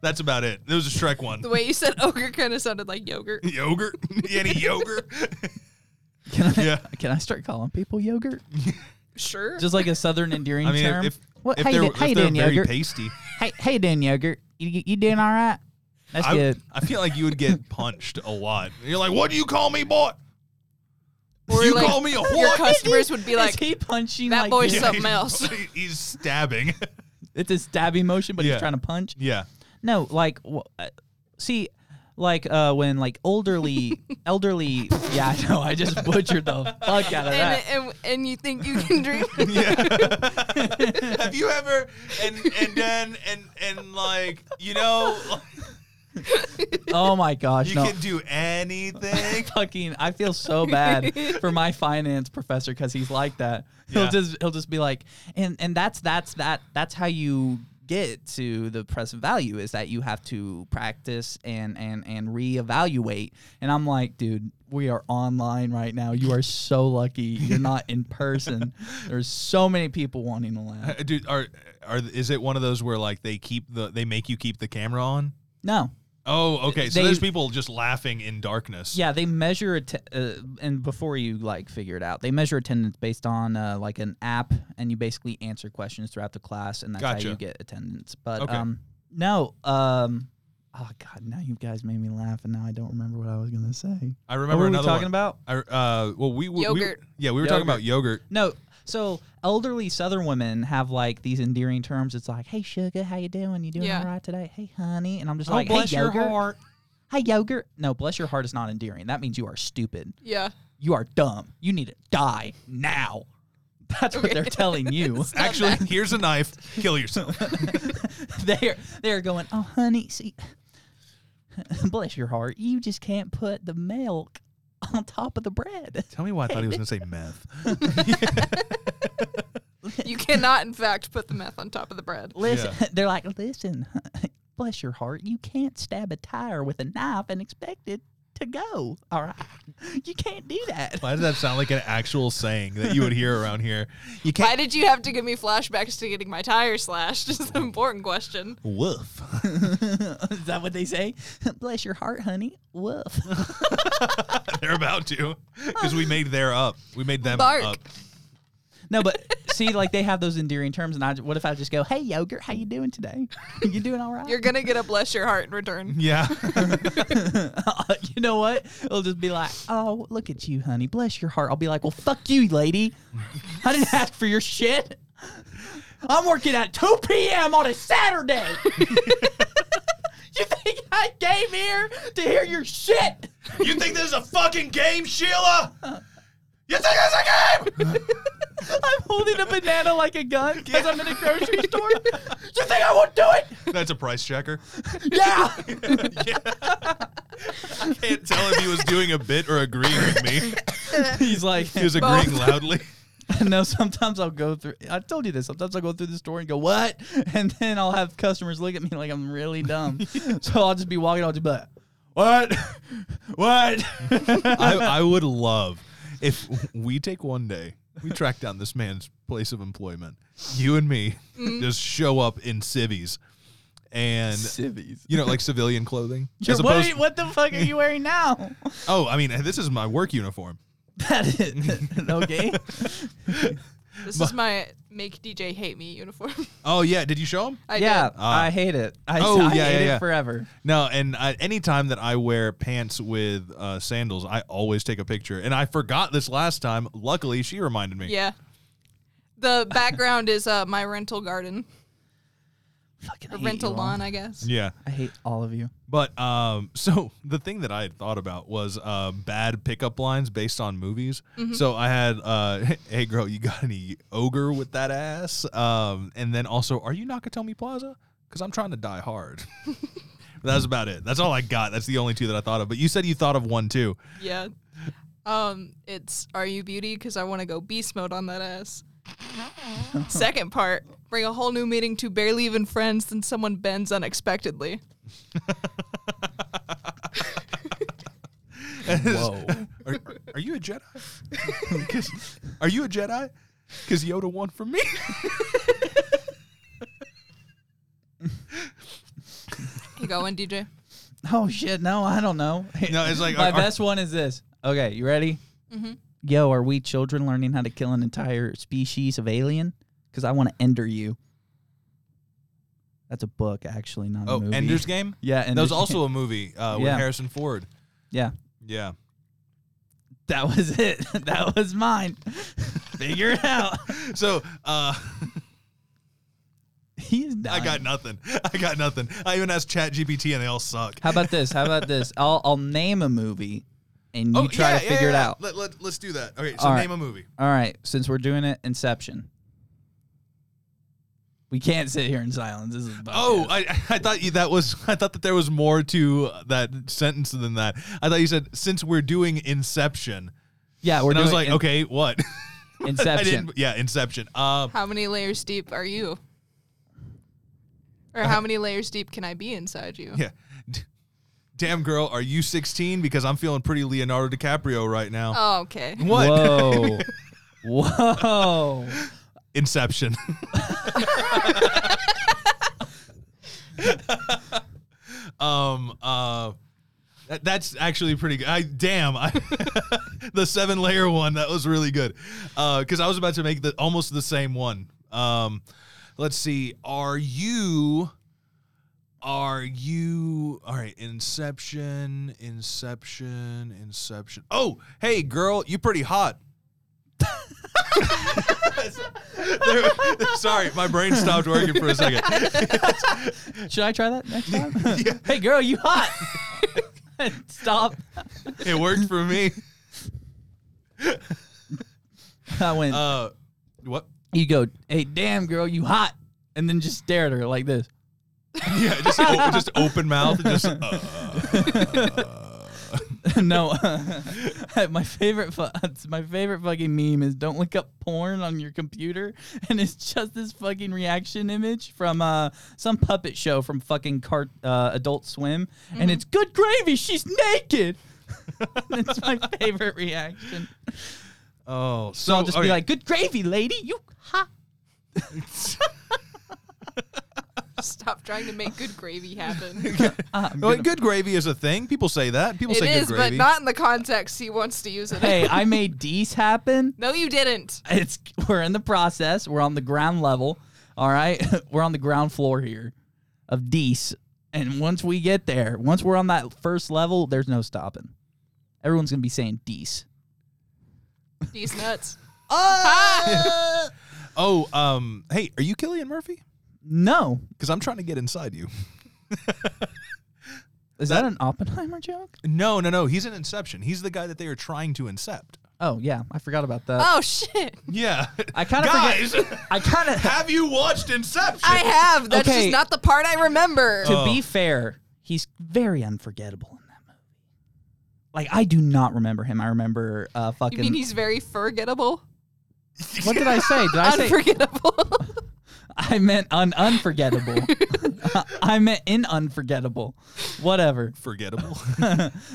Speaker 2: That's about it. There was a Shrek one.
Speaker 3: The way you said ogre kind of sounded like yogurt.
Speaker 2: Yogurt? any yogurt?
Speaker 1: Can I,
Speaker 2: yeah.
Speaker 1: can I start calling people yogurt?
Speaker 3: Sure.
Speaker 1: Just like a southern endearing
Speaker 2: I mean,
Speaker 1: term.
Speaker 2: if,
Speaker 1: what,
Speaker 2: if
Speaker 1: how you,
Speaker 2: they're,
Speaker 1: doing- how
Speaker 2: if
Speaker 1: you
Speaker 2: they're
Speaker 1: doing,
Speaker 2: very
Speaker 1: yogurt?
Speaker 2: pasty,
Speaker 1: Hey, how you doing, yogurt? You, you doing all right? That's
Speaker 2: I,
Speaker 1: good.
Speaker 2: I feel like you would get punched a lot. You're like, what do you call me, boy?
Speaker 3: Or
Speaker 2: you
Speaker 3: like,
Speaker 2: call me a
Speaker 3: Your
Speaker 2: whore?
Speaker 3: customers would be
Speaker 1: Is
Speaker 3: like,
Speaker 1: he punching
Speaker 4: that
Speaker 1: like
Speaker 4: boy's
Speaker 1: this?
Speaker 4: so- something else.
Speaker 2: He's, he's stabbing.
Speaker 1: It's a stabby motion, but
Speaker 2: Yeah.
Speaker 1: he's trying to punch.
Speaker 2: yeah.
Speaker 1: No, like, w- uh, see, like uh, when like elderly, elderly. Yeah, I know. I just butchered the fuck out of
Speaker 3: and,
Speaker 1: that.
Speaker 3: and, and you think you can dream?
Speaker 2: Yeah. Have you ever and and then and and like you know
Speaker 1: oh my gosh,
Speaker 2: you
Speaker 1: no.
Speaker 2: can do anything.
Speaker 1: fucking I feel so bad for my finance professor because he's like that.
Speaker 2: Yeah.
Speaker 1: He'll just he'll just be like, and and that's that's that that's how you get to the present value is that you have to practice and and and reevaluate. And I'm like, dude, we are online right now. You are so lucky you're not in person. There's so many people wanting to
Speaker 2: Uh,
Speaker 1: laugh.
Speaker 2: Dude, are are is it one of those where like they keep the they make you keep the camera on?
Speaker 1: No,
Speaker 2: Oh, okay. So
Speaker 1: They-
Speaker 2: there's people just laughing in darkness.
Speaker 1: Yeah, they measure it, uh, and before you like figure it out, they measure attendance based on uh, like an app, and you basically answer questions throughout the class, and that's
Speaker 2: Gotcha.
Speaker 1: how you get attendance. But
Speaker 2: Okay.
Speaker 1: um, no, um, oh god, now you guys made me laugh, and now I don't remember what I was gonna say.
Speaker 2: I
Speaker 1: what
Speaker 2: remember
Speaker 1: were we
Speaker 2: another
Speaker 1: talking
Speaker 2: one.
Speaker 1: about?
Speaker 2: I, uh, well, we, we
Speaker 3: Yogurt.
Speaker 2: We, yeah, we were talking about yogurt.
Speaker 1: No, so elderly Southern women have like these endearing terms. It's like, "Hey, sugar, how you doing? You doing
Speaker 3: Yeah.
Speaker 1: all right today? Hey, honey," and I'm
Speaker 2: Oh,
Speaker 1: just like, "Hey, yogurt. Hey, yogurt." No, bless your heart is not endearing. That means you are stupid.
Speaker 3: yeah.
Speaker 1: you are dumb. You need to die now. That's what they're telling you.
Speaker 2: Actually, here's a knife. Kill yourself.
Speaker 1: they're they're going, oh honey, see, bless your heart, you just can't put the milk on top of the bread.
Speaker 2: Tell me why I thought he was gonna say meth.
Speaker 3: You cannot, in fact, put the meth on top of the bread.
Speaker 1: Listen, they're like, listen, bless your heart, you can't stab a tire with a knife and expect it to go. All right, you can't do that.
Speaker 2: Why does that sound like an actual saying that you would hear around here? You can't.
Speaker 3: Why did you have to give me flashbacks to getting my tire slashed? Is an important question.
Speaker 2: Woof.
Speaker 1: Is that what they say? Bless your heart, honey. Woof.
Speaker 2: They're about to, because we made their up. We made them
Speaker 3: Bark.
Speaker 2: up.
Speaker 1: No, but see, like they have those endearing terms, and I j- what if I just go, "Hey, yogurt, how you doing today? You doing all right?"
Speaker 3: You're gonna get a bless your heart in return.
Speaker 2: Yeah.
Speaker 1: you know what? It'll just be like, "Oh, look at you, honey. Bless your heart." I'll be like, "Well, fuck you, lady. I didn't ask for your shit. I'm working at 2 p.m. on a Saturday. you think I came here to hear your shit?"
Speaker 2: you think this is a fucking game, Sheila? You think this is a game?
Speaker 1: I'm holding a banana like a gun because I'm in a grocery store.
Speaker 2: You think I won't do it? That's a price checker.
Speaker 1: yeah.
Speaker 2: Yeah. I can't tell if he was doing a bit or agreeing with me.
Speaker 1: He's like,
Speaker 2: He was agreeing loudly.
Speaker 1: no, sometimes I'll go through. I told you this. Sometimes I'll go through the store and go, "What?" And then I'll have customers look at me like I'm really dumb. so I'll just be walking. I'll just be like, "What? what?"
Speaker 2: I, I would love if we take one day, we track down this man's place of employment. You and me just show up in civvies and
Speaker 1: Civvies.
Speaker 2: you know, like civilian clothing.
Speaker 1: You're- What, are you- what the fuck are you wearing now?
Speaker 2: oh, I mean, this is my work uniform.
Speaker 1: that is okay.
Speaker 3: This is my make DJ hate me uniform.
Speaker 2: Oh yeah, did you show him?
Speaker 3: I
Speaker 1: yeah,
Speaker 3: did.
Speaker 1: I hate it. I,
Speaker 2: Ah. Oh,
Speaker 1: I
Speaker 2: yeah,
Speaker 1: hate
Speaker 2: yeah,
Speaker 1: it
Speaker 2: yeah.
Speaker 1: forever.
Speaker 2: No, and I, anytime that I wear pants with uh, sandals, I always take a picture. And I forgot this last time. Luckily, she reminded me.
Speaker 3: Yeah. The background is uh, my rental garden.
Speaker 1: Fucking
Speaker 4: Or
Speaker 1: hate
Speaker 4: rent a
Speaker 1: you all.
Speaker 4: lawn, I guess.
Speaker 2: Yeah.
Speaker 1: I hate all of you.
Speaker 2: But um, so the thing that I had thought about was uh, bad pickup lines based on movies. So I had, uh, "Hey girl, you got any ogre with that ass?" Um, and then also, "Are you Nakatomi Plaza?" Because I'm trying to die hard. That's about it. That's all I got. That's the only two that I thought of. But you said you thought of one too.
Speaker 4: Yeah.
Speaker 3: Um, it's Are You Beauty? Because I want to go beast mode on that ass. Second part, bring a whole new meaning to barely even friends than someone bends unexpectedly.
Speaker 1: Whoa.
Speaker 2: Are, are- are you a Jedi? 'Cause- are you a Jedi? Because Yoda won for me.
Speaker 4: You go in, DJ.
Speaker 1: Oh shit! No, I don't know.
Speaker 2: No, it's like,
Speaker 1: my
Speaker 2: are- are-
Speaker 1: best one is this. Okay, you ready? Mm-hmm. Yo, are we children learning how to kill an entire species of alien? Because I want to ender you. That's a book, actually, not a
Speaker 2: Oh,
Speaker 1: movie.
Speaker 2: Ender's Game.
Speaker 1: Yeah,
Speaker 2: that was
Speaker 1: Ender's Game.
Speaker 2: also a movie uh, with
Speaker 1: Yeah.
Speaker 2: Harrison Ford.
Speaker 1: Yeah,
Speaker 2: Yeah.
Speaker 1: that was it. that was mine. Figure it out.
Speaker 2: So uh,
Speaker 1: He's
Speaker 2: I
Speaker 1: dying.
Speaker 2: got nothing. I got nothing. I even asked Chat GPT and they all suck.
Speaker 1: How about this? How about this? I'll I'll name a movie, and you try to
Speaker 2: yeah, Oh, yeah,
Speaker 1: figure it
Speaker 2: yeah.
Speaker 1: out.
Speaker 2: Let, let, let's do that. Okay, so
Speaker 1: All right.
Speaker 2: name a movie.
Speaker 1: All right, since we're doing it, Inception. We can't sit here in silence. This is a
Speaker 2: Oh,
Speaker 1: podcast.
Speaker 2: I, I thought you, that was I thought that there was more to that sentence than that. I thought you said since we're doing Inception,
Speaker 1: yeah, we're
Speaker 2: and I
Speaker 1: doing
Speaker 2: was like,
Speaker 1: in-
Speaker 2: okay, what? I
Speaker 1: Inception.
Speaker 2: didn't, yeah, Inception. Um,
Speaker 4: How many layers deep are you?
Speaker 3: Or how many layers deep can I be inside you?
Speaker 2: Uh-huh. yeah. D- Damn girl, are you 16? Because I'm feeling pretty Leonardo DiCaprio right now.
Speaker 3: Oh, okay.
Speaker 2: what?
Speaker 1: Whoa. Whoa.
Speaker 2: Inception. um uh that, that's actually pretty good. I damn, I the seven layer one that was really good. Uh cuz I was about to make the almost the same one. Um let's see. Are you are you all right? Inception, Inception, Inception. Oh, hey girl, you pretty hot. There- sorry, my brain stopped working for a second.
Speaker 1: Should I try that next time? Hey, girl, you hot. Stop.
Speaker 2: It worked for me.
Speaker 1: I went,
Speaker 2: Uh, what?
Speaker 1: you go, hey, damn, girl, you hot. And then just stare at her like this.
Speaker 2: Yeah, just o- just open mouth and just. Uh,
Speaker 1: no. my favorite fu- my favorite fucking meme is don't look up porn on your computer and it's just this fucking reaction image from uh some puppet show from fucking cart uh, Adult Swim
Speaker 2: Mm-hmm.
Speaker 1: and it's good gravy, she's naked. it's my favorite reaction.
Speaker 2: oh,
Speaker 1: So I'll just be like, "Good gravy, lady, you hot."
Speaker 4: Stop trying to make good gravy happen.
Speaker 1: I'm
Speaker 2: Well,
Speaker 1: gonna-
Speaker 2: Oh, good gravy is a thing. People say that. People
Speaker 4: It
Speaker 2: say
Speaker 4: is,
Speaker 2: good
Speaker 4: but
Speaker 2: gravy.
Speaker 4: not in the context he wants to use it. in.
Speaker 1: hey, I made these happen.
Speaker 4: No, you didn't.
Speaker 1: It's we're in the process. We're on the ground level. All right, we're on the ground floor here of Dees. And once we get there, once we're on that first level, there's no stopping. Everyone's gonna be saying Dees.
Speaker 4: These nuts.
Speaker 1: Uh,
Speaker 2: oh, um, hey, are you Killian Murphy?
Speaker 1: No,
Speaker 2: Because I'm trying to get inside you.
Speaker 1: is that, an Oppenheimer joke?
Speaker 2: No, no, no. He's an Inception. He's the guy that they are trying to incept.
Speaker 1: Oh yeah, I forgot about that.
Speaker 4: Oh shit!
Speaker 2: Yeah.
Speaker 1: I kinda
Speaker 2: guys.
Speaker 1: I kind of.
Speaker 2: have you watched Inception?
Speaker 4: I have. That's
Speaker 1: Okay.
Speaker 4: just not the part I remember.
Speaker 1: to be fair, he's very unforgettable in that movie. Like I do not remember him. I remember uh fucking.
Speaker 3: You mean he's very forgettable?
Speaker 1: what did I say? Did I say
Speaker 4: Unforgettable.
Speaker 1: I meant un unforgettable. I meant in unforgettable. Whatever.
Speaker 2: Forgettable.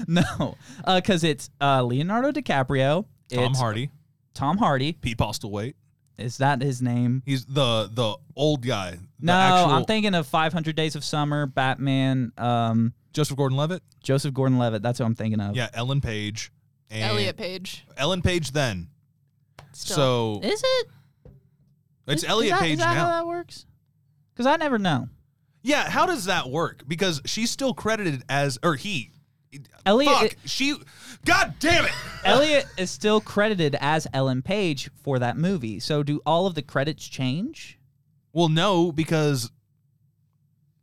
Speaker 1: No, because it's uh, Leonardo DiCaprio.
Speaker 2: Tom
Speaker 1: it's
Speaker 2: Hardy.
Speaker 1: Tom Hardy.
Speaker 2: Pete Postlewaite.
Speaker 1: Is that his name?
Speaker 2: He's the the old guy. The
Speaker 1: No,
Speaker 2: actual,
Speaker 1: I'm thinking of 500 Days of Summer, Batman, um,
Speaker 2: Joseph Gordon-Levitt.
Speaker 1: Joseph Gordon-Levitt. That's what I'm thinking of.
Speaker 2: Yeah, Ellen Page. And
Speaker 4: Elliot Page.
Speaker 2: Ellen Page then. So
Speaker 1: Is it?
Speaker 2: it's
Speaker 1: Is-
Speaker 2: Elliot
Speaker 1: is that,
Speaker 2: Page
Speaker 1: Is that
Speaker 2: now.
Speaker 1: how that works? Because I never know.
Speaker 2: yeah, how does that work? Because she's still credited as or he.
Speaker 1: Elliot.
Speaker 2: Fuck. She. God damn it.
Speaker 1: Elliot is still credited as Ellen Page for that movie. So do all of the credits change?
Speaker 2: Well, no, because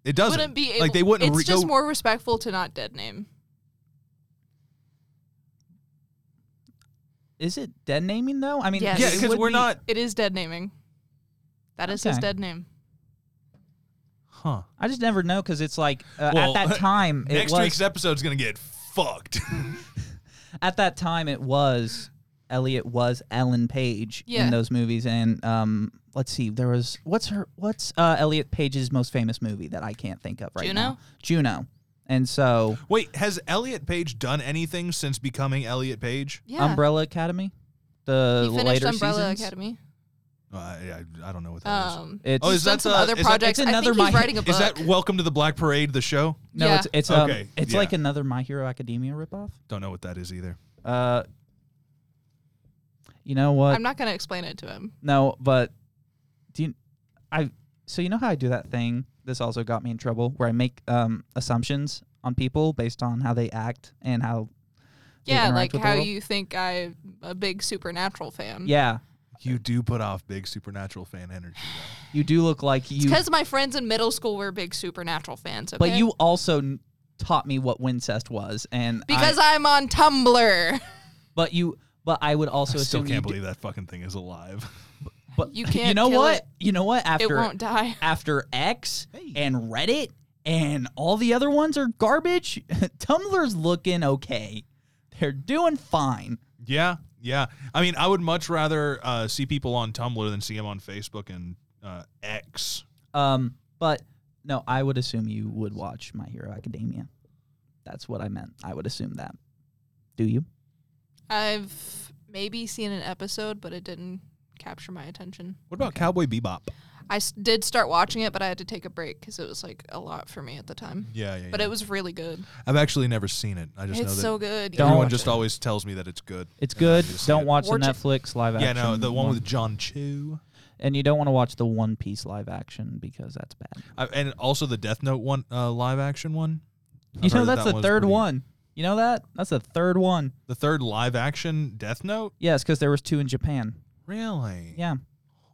Speaker 2: It doesn't.
Speaker 4: wouldn't be able,
Speaker 2: like they wouldn't
Speaker 4: It's
Speaker 2: re-
Speaker 4: just
Speaker 2: go-
Speaker 4: more respectful to not dead name.
Speaker 1: Is it dead naming though? I mean,
Speaker 4: Yes.
Speaker 2: yeah,
Speaker 4: it
Speaker 2: because
Speaker 1: would
Speaker 2: we're
Speaker 1: be-
Speaker 2: not.
Speaker 4: It is dead naming. That is his
Speaker 1: Okay.
Speaker 4: dead name.
Speaker 2: Huh.
Speaker 1: I just never know because it's like uh,
Speaker 2: Well,
Speaker 1: at that time it
Speaker 2: Next
Speaker 1: was
Speaker 2: week's episode's gonna get fucked.
Speaker 1: at that time it was Elliot was Ellen Page
Speaker 4: Yeah.
Speaker 1: in those movies, and um, let's see, there was what's her what's uh, Elliot Page's most famous movie that I can't think of right
Speaker 4: Juno?
Speaker 1: now? Juno. And so
Speaker 2: Wait, has Elliot Page done anything since becoming Elliot Page?
Speaker 4: Yeah.
Speaker 1: Umbrella Academy,
Speaker 4: he
Speaker 1: the
Speaker 4: finished
Speaker 1: later
Speaker 4: Umbrella
Speaker 1: seasons.
Speaker 4: Academy.
Speaker 2: Uh, I, I, I don't know what that is.
Speaker 4: Um,
Speaker 1: It's
Speaker 2: Oh,
Speaker 4: he's
Speaker 2: is
Speaker 4: done
Speaker 2: that
Speaker 4: some
Speaker 2: the-
Speaker 4: other
Speaker 2: is that-
Speaker 4: projects.
Speaker 1: It's
Speaker 4: I
Speaker 1: another
Speaker 4: think
Speaker 1: my-
Speaker 4: he's writing a book.
Speaker 2: Is that Welcome to the Black Parade, the show?
Speaker 1: no,
Speaker 4: yeah.
Speaker 1: it's it's um,
Speaker 2: Okay,
Speaker 1: it's
Speaker 2: yeah.
Speaker 1: like another My Hero Academia ripoff.
Speaker 2: Don't know what that is either.
Speaker 1: Uh, you know what?
Speaker 4: I'm not gonna explain it to him.
Speaker 1: No, but do you? I so you know how I do that thing. This also got me in trouble where I make um, assumptions on people based on how they act and how. they
Speaker 4: Yeah,
Speaker 1: interact
Speaker 4: like
Speaker 1: with the
Speaker 4: how
Speaker 1: world.
Speaker 4: you think I'm a big supernatural fan.
Speaker 1: Yeah,
Speaker 2: You do put off big supernatural fan energy.
Speaker 1: you do look like you,
Speaker 4: Because my friends in middle school were big supernatural fans.
Speaker 1: but
Speaker 4: okay?
Speaker 1: you also n- taught me what wincest was, and I-
Speaker 4: because I, am on Tumblr.
Speaker 1: but you. But I would also
Speaker 2: I still
Speaker 1: assume you
Speaker 2: can't
Speaker 1: d-
Speaker 2: believe that fucking thing is alive.
Speaker 1: but
Speaker 4: You can't
Speaker 1: know
Speaker 4: kill
Speaker 1: what?
Speaker 4: it.
Speaker 1: You know what? After
Speaker 4: It won't die.
Speaker 1: after X and Reddit and all the other ones are garbage, Tumblr's looking okay. They're doing fine.
Speaker 2: Yeah, yeah. I mean, I would much rather uh, see people on Tumblr than see them on Facebook and uh, X.
Speaker 1: Um, but no, I would assume you would watch My Hero Academia. That's what I meant. I would assume that. Do you?
Speaker 4: I've maybe seen an episode, but it didn't capture my attention.
Speaker 2: What about Cowboy Bebop?
Speaker 4: I s- did start watching it, but I had to take a break because it was like a lot for me at the time.
Speaker 2: Yeah, yeah.
Speaker 4: But it was really good.
Speaker 2: I've actually never seen it. I just know
Speaker 4: it's
Speaker 2: that
Speaker 4: so good.
Speaker 1: Don't
Speaker 2: everyone
Speaker 1: watch
Speaker 2: just always tells me that it's good.
Speaker 1: It's
Speaker 2: And I
Speaker 1: good.
Speaker 2: just see
Speaker 1: Don't
Speaker 2: it.
Speaker 1: watch the
Speaker 4: Watch it.
Speaker 1: Netflix live
Speaker 2: Yeah,
Speaker 1: action.
Speaker 2: no, the one with John Chu,
Speaker 1: and you don't want to watch the One Piece live action because that's bad.
Speaker 2: I, and also the Death Note one, uh, live action one. I've
Speaker 1: you know
Speaker 2: heard that
Speaker 1: that's
Speaker 2: that
Speaker 1: the
Speaker 2: one's
Speaker 1: third
Speaker 2: pretty-
Speaker 1: one. You know that? That's the third one.
Speaker 2: The third live action Death Note.
Speaker 1: Yes, because there was two in Japan.
Speaker 2: Really?
Speaker 1: Yeah.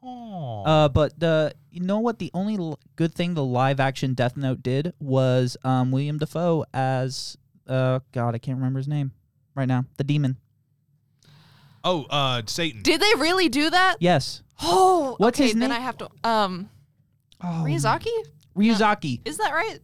Speaker 2: Oh.
Speaker 1: Uh, but the you know what? The only l- good thing the live action Death Note did was um, William Defoe as uh, God, I can't remember his name right now. The demon.
Speaker 2: oh, uh, Satan.
Speaker 4: Did they really do that?
Speaker 1: Yes.
Speaker 4: Oh,
Speaker 1: What's
Speaker 4: okay,
Speaker 1: his
Speaker 4: then
Speaker 1: name?
Speaker 4: I have to. Um,
Speaker 1: Oh,
Speaker 4: Miyazaki?
Speaker 1: Ryuzaki.
Speaker 4: Is that right?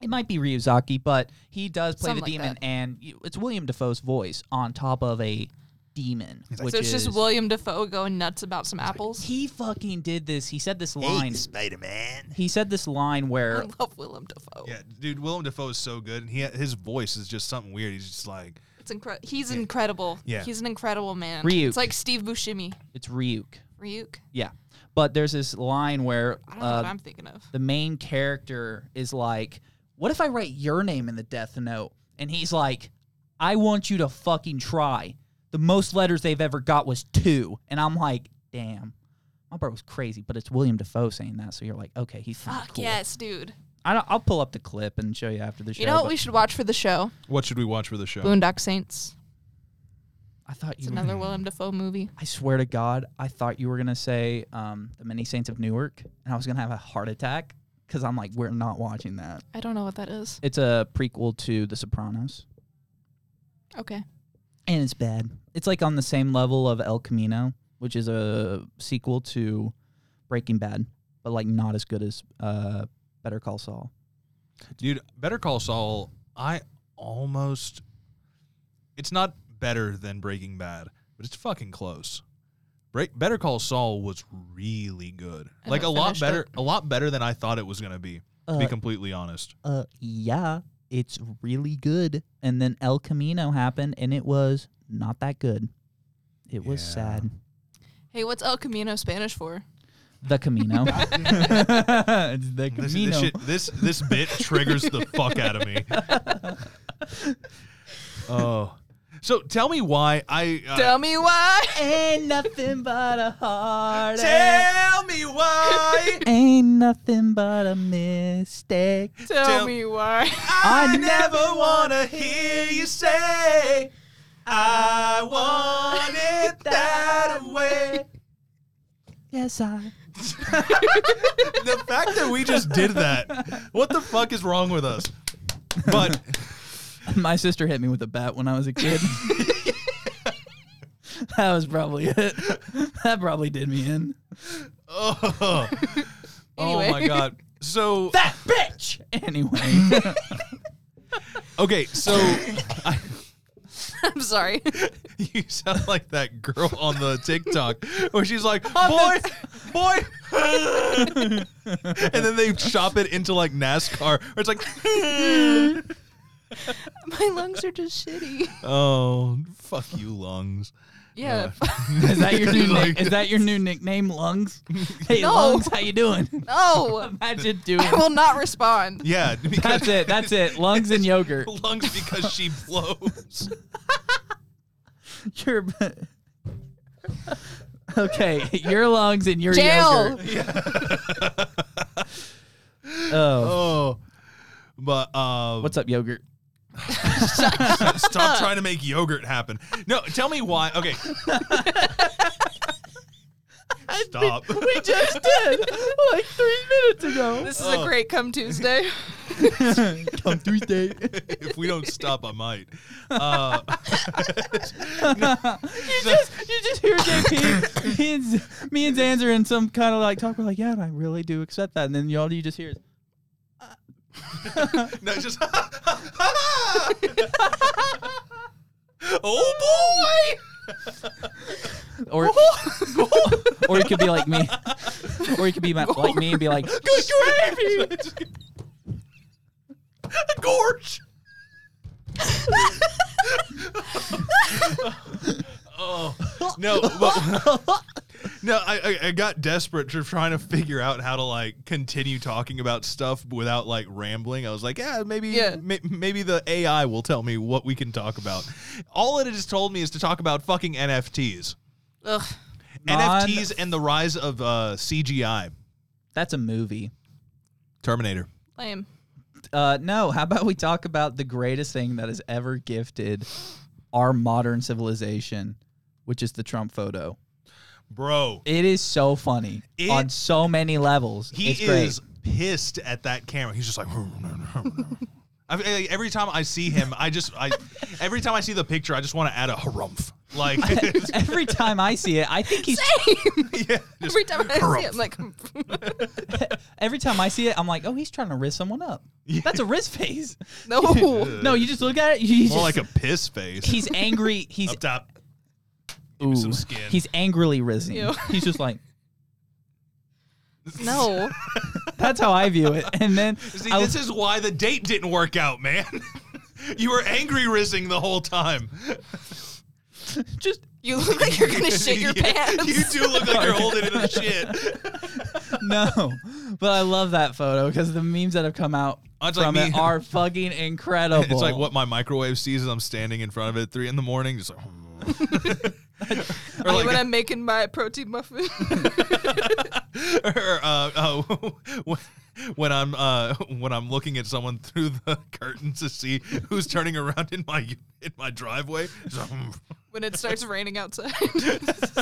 Speaker 1: It might be Ryuzaki, but he does play
Speaker 4: Something
Speaker 1: the
Speaker 4: like
Speaker 1: demon,
Speaker 4: that.
Speaker 1: and you, it's William Defoe's voice on top of a demon, which
Speaker 4: so it's
Speaker 1: is
Speaker 4: just William Defoe going nuts about some apples.
Speaker 1: he fucking did this. He said this line.
Speaker 2: Spider Man.
Speaker 1: He said this line
Speaker 4: I
Speaker 1: where
Speaker 4: love Willem Dafoe.
Speaker 2: Yeah, dude, Willem Dafoe is so good, and he his voice is just something weird. He's just like,
Speaker 4: It's incre- He's incredible.
Speaker 2: Yeah.
Speaker 4: He's an incredible man.
Speaker 1: Ryuk.
Speaker 4: It's like Steve Buscemi.
Speaker 1: it's Ryuk.
Speaker 4: Ryuk?
Speaker 1: Yeah, but there's this line where
Speaker 4: I don't know
Speaker 1: uh,
Speaker 4: what I'm thinking of.
Speaker 1: the main character is like, "What if I write your name in the death note?" And he's like, "I want you to fucking try." The most letters they've ever got was two, and I'm like, "Damn, my bro was crazy." But it's William Defoe saying that, so you're like, "Okay, he's kinda
Speaker 4: Fuck
Speaker 1: cool.
Speaker 4: yes, dude.
Speaker 1: I don't, I'll pull up the clip and show you after the show.
Speaker 4: You know what
Speaker 1: but
Speaker 4: we should watch for the show?
Speaker 2: what should we watch for the show?
Speaker 4: Boondock Saints.
Speaker 1: I thought
Speaker 4: It's
Speaker 1: you.
Speaker 4: another Willem Dafoe movie.
Speaker 1: I swear to God, I thought you were gonna say um, the Many Saints of Newark, and I was gonna have a heart attack because I'm like, we're not watching that.
Speaker 4: I don't know what that is.
Speaker 1: It's a prequel to The Sopranos.
Speaker 4: Okay.
Speaker 1: And it's bad. It's like on the same level of El Camino, which is a sequel to Breaking Bad, but like not as good as uh, Better Call Saul.
Speaker 2: Dude, Better Call Saul, I almost. It's not better than Breaking Bad, but it's fucking close. Break, Better Call Saul was really good,
Speaker 4: I
Speaker 2: like a
Speaker 4: haven't
Speaker 2: lot
Speaker 4: finished
Speaker 2: better,
Speaker 4: it.
Speaker 2: a lot better than I thought it was gonna be. To be
Speaker 1: Uh,
Speaker 2: completely honest,
Speaker 1: Uh, yeah, it's really good. And then El Camino happened, and it was not that good. It was
Speaker 2: Yeah.
Speaker 1: sad.
Speaker 4: Hey, what's El Camino Spanish for?
Speaker 1: The Camino. it's the
Speaker 2: this, this,
Speaker 1: Camino.
Speaker 2: shit, this this bit triggers the fuck out of me. Oh, so tell me why I uh,
Speaker 4: Tell me why.
Speaker 1: Ain't nothing but a heartache.
Speaker 2: tell me why
Speaker 1: Ain't nothing but a mistake.
Speaker 4: Tell,
Speaker 2: Tell-
Speaker 4: me why.
Speaker 1: I
Speaker 2: wanna hear you say I want it that way.
Speaker 1: Yes, I.
Speaker 2: the fact that we just did that, what the fuck is wrong with us? But
Speaker 1: My sister hit me with a bat when I was a kid. that was probably it. That probably did me in.
Speaker 2: oh, oh my
Speaker 4: Anyway.
Speaker 2: god. So
Speaker 1: That bitch. Anyway,
Speaker 2: okay, so I,
Speaker 4: I'm sorry.
Speaker 2: you sound like that girl on the TikTok where she's like, boy,
Speaker 1: On
Speaker 2: boy, and then they chop it into like NASCAR. Where it's like,
Speaker 4: My lungs are just shitty.
Speaker 2: oh, fuck you lungs.
Speaker 4: Yeah.
Speaker 1: is that your new
Speaker 2: Like-
Speaker 1: nick- is that your new nickname, Lungs? Hey,
Speaker 4: No.
Speaker 1: Lungs, how you doing?
Speaker 4: no.
Speaker 1: Imagine doing.
Speaker 4: I will not respond.
Speaker 2: Yeah, because
Speaker 1: That's it. That's it. Lungs and yogurt.
Speaker 2: lungs because she blows.
Speaker 1: Your okay. Your lungs and your
Speaker 4: Jail.
Speaker 1: yogurt. Oh,
Speaker 2: Oh, but uh,
Speaker 1: what's up, yogurt?
Speaker 2: Stop trying to make yogurt happen. No, tell me why. Okay. Stop.
Speaker 1: We just did like three minutes ago.
Speaker 4: This is a great come Tuesday.
Speaker 1: Come Tuesday.
Speaker 2: if we don't stop, I might. Uh,
Speaker 1: you just hear JP. me, and, me and Zanz are in some kind of like talk. We're like, yeah, I really do accept that. And then y'all, you just hear. is,
Speaker 2: no, it's just. oh
Speaker 1: Or, or you could be like me, or you could be my, like me and be like,
Speaker 2: boy! Good gravy! Gorge! oh no! but- no, I, I I got desperate to trying to figure out how to like continue talking about stuff without like rambling. I was like, yeah, maybe
Speaker 4: Yeah.
Speaker 2: ma- maybe the AI will tell me what we can talk about. All it has told me is to talk about fucking NFTs,
Speaker 4: Ugh.
Speaker 1: Non-
Speaker 2: NFTs, and the rise of uh, CGI.
Speaker 1: that's a movie.
Speaker 2: Terminator.
Speaker 4: Lame.
Speaker 1: Uh, no, how about we talk about the greatest thing that has ever gifted our modern civilization, which is the Trump photo.
Speaker 2: Bro,
Speaker 1: It is so funny
Speaker 2: It-
Speaker 1: on so many levels.
Speaker 2: He
Speaker 1: it's great.
Speaker 2: is pissed at that camera. He's just like. I, I- every time I see him, I just I every time I see the picture, I just want to add a harumph. Like
Speaker 1: Every time I see it, I think he's.
Speaker 2: yeah, just
Speaker 4: Every time I see it, I'm like,
Speaker 1: Every time I see it, I'm like, oh, he's trying to wrist someone up. That's a wrist phase.
Speaker 4: no.
Speaker 1: No, you just look at it. You
Speaker 2: more
Speaker 1: just-
Speaker 2: like a piss face.
Speaker 1: he's angry. He's
Speaker 2: Up top.
Speaker 1: ooh,
Speaker 2: some skin.
Speaker 1: he's angrily rizzing.
Speaker 4: Ew.
Speaker 1: He's just like
Speaker 4: No.
Speaker 1: that's how I view it. And then
Speaker 2: See,
Speaker 1: I-
Speaker 2: this is why the date didn't work out, man. you were angry rizzing the whole time.
Speaker 1: just
Speaker 4: You look like you're gonna shit your
Speaker 2: Yeah,
Speaker 4: pants.
Speaker 2: You do look like you're holding it in shit.
Speaker 1: no, but I love that photo because the memes that have come out
Speaker 2: Oh, It's like
Speaker 1: from
Speaker 2: me-
Speaker 1: it are fucking incredible.
Speaker 2: It's like what my microwave sees as I'm standing in front of it at three in the morning, just like. Or
Speaker 4: Like when I'm making my protein muffin.
Speaker 2: or uh, uh, when- when I'm uh, when I'm looking at someone through the curtains to see who's turning around in my in my driveway. So,
Speaker 4: when it starts raining outside.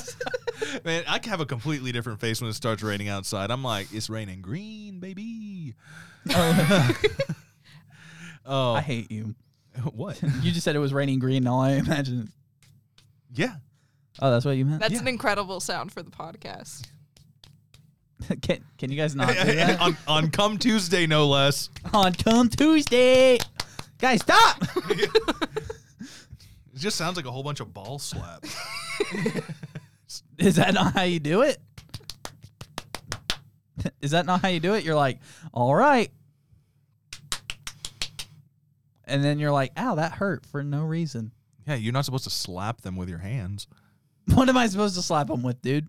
Speaker 2: Man, I can have a completely different face when it starts raining outside. I'm like, it's raining green, baby. Oh,
Speaker 1: I hate you.
Speaker 2: what?
Speaker 1: You just said it was raining green. Now I imagine.
Speaker 2: Yeah,
Speaker 1: Oh, that's what you meant.
Speaker 4: That's an incredible sound for the podcast.
Speaker 1: can, can you guys
Speaker 4: Uh,
Speaker 1: not do that
Speaker 2: on on come Tuesday, no less.
Speaker 1: on Come Tuesday? Guys, stop!
Speaker 2: It just sounds like a whole bunch of ball slaps.
Speaker 1: Is that not how you do it? Is that not how you do it? You're like, all right. And then you're like, ow, that hurt for no reason.
Speaker 2: yeah, you're not supposed to slap them with your hands.
Speaker 1: What am I supposed to slap him with, dude?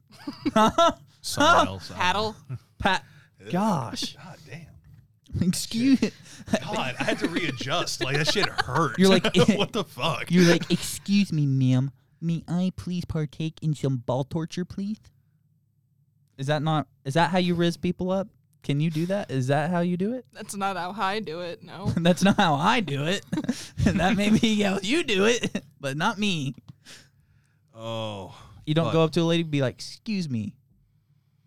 Speaker 2: Someone else. uh, I don't know.
Speaker 4: Paddle.
Speaker 1: Pat, gosh,
Speaker 2: God damn.
Speaker 1: excuse
Speaker 2: God, I had to readjust. Like that shit hurt.
Speaker 1: You're like-
Speaker 2: what the fuck?
Speaker 1: You're like, excuse me, ma'am. May I please partake in some ball torture, please? Is that not? Is that how you riz people up? Can you do that? Is that how you do it?
Speaker 4: That's not how I do it. No.
Speaker 1: That's not how I do it. that may be how you do it, but not me.
Speaker 2: oh,
Speaker 1: You don't
Speaker 2: But-
Speaker 1: go up to a lady and be like, excuse me.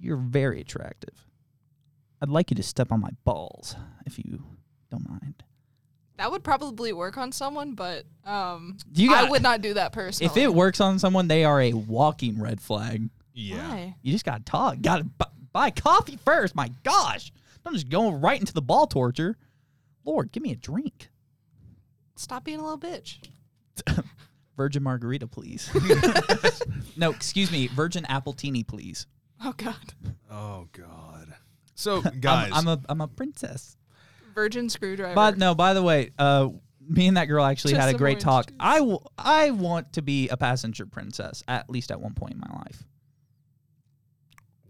Speaker 1: You're very attractive. I'd like you to step on my balls if you don't mind.
Speaker 4: That would probably work on someone, but um,
Speaker 1: You got,
Speaker 4: I would not do that personally.
Speaker 1: if it works on someone, they are a walking red flag.
Speaker 2: Yeah.
Speaker 4: Why?
Speaker 1: You just gotta talk. Gotta bu buy coffee first. My gosh, I'm just going right into the ball torture. Lord, give me a drink.
Speaker 4: Stop being a little bitch.
Speaker 1: Virgin margarita, please. no, excuse me. Virgin appletini, please.
Speaker 4: Oh God.
Speaker 2: Oh God. So guys,
Speaker 1: I'm, I'm a I'm a princess.
Speaker 4: Virgin screwdriver.
Speaker 1: But no, by the way, uh, me and that girl actually
Speaker 4: Just
Speaker 1: had a
Speaker 4: some
Speaker 1: great
Speaker 4: orange
Speaker 1: talk.
Speaker 4: juice.
Speaker 1: I w- I want to be a passenger princess at least at one point in my life.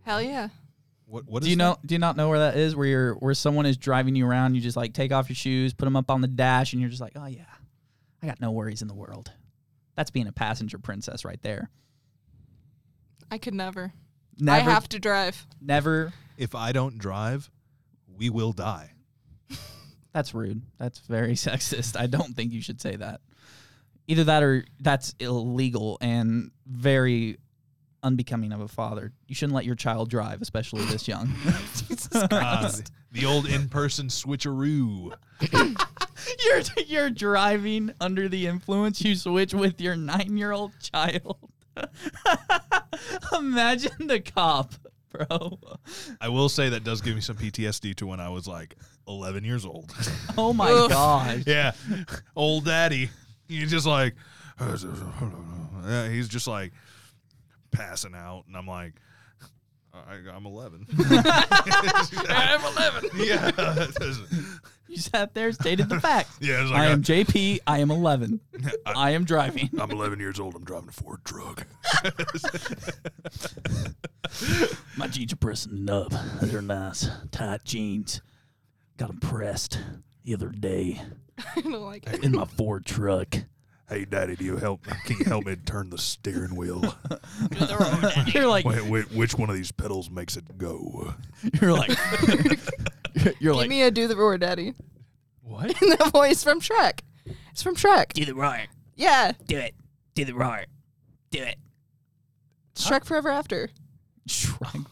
Speaker 4: Hell yeah.
Speaker 2: what what is
Speaker 1: Do you
Speaker 2: that?
Speaker 1: know? Do you not know where that is? Where you're where someone is driving you around, you just like take off your shoes, put them up on the dash, and you're just like, oh yeah, I got no worries in the world. That's being a passenger princess right there.
Speaker 4: I could never.
Speaker 1: Never,
Speaker 4: I have to drive.
Speaker 1: never.
Speaker 2: If I don't drive, we will die.
Speaker 1: That's rude. That's very sexist. I don't think you should say that. Either that or that's illegal and very unbecoming of a father. You shouldn't let your child drive, especially this young.
Speaker 2: Uh, the old in-person switcheroo.
Speaker 1: you're you're driving under the influence. You switch with your nine year old child. Imagine the cop, bro.
Speaker 2: I will say that does give me some PTSD to when I was like 11 years old.
Speaker 1: Oh my
Speaker 4: Oof.
Speaker 1: gosh.
Speaker 2: yeah, old daddy. He's just like, yeah, he's just like passing out, and I'm like, I, I'm 11. I'm 11. Yeah,
Speaker 1: You sat there, stated the facts.
Speaker 2: yeah. It's like,
Speaker 1: I am JP. I am 11.
Speaker 2: I-
Speaker 1: I am driving.
Speaker 2: I'm 11 years old. I'm driving a Ford truck.
Speaker 1: My jeans are pressing up. They're nice, tight jeans. Got them pressed the other day
Speaker 4: I don't like it.
Speaker 1: in my Ford truck.
Speaker 2: Hey, Daddy, do you help? Can you help me turn the steering wheel?
Speaker 1: You're like,
Speaker 2: which one of these pedals makes it go?
Speaker 1: you're like, you're
Speaker 4: Give me a do the roar, daddy.
Speaker 2: What?
Speaker 4: And that voice from Shrek. It's from Shrek.
Speaker 1: do the roar,
Speaker 4: Yeah.
Speaker 1: do it, do the roar, do it.
Speaker 4: It's Shrek Forever After.
Speaker 1: Shrug.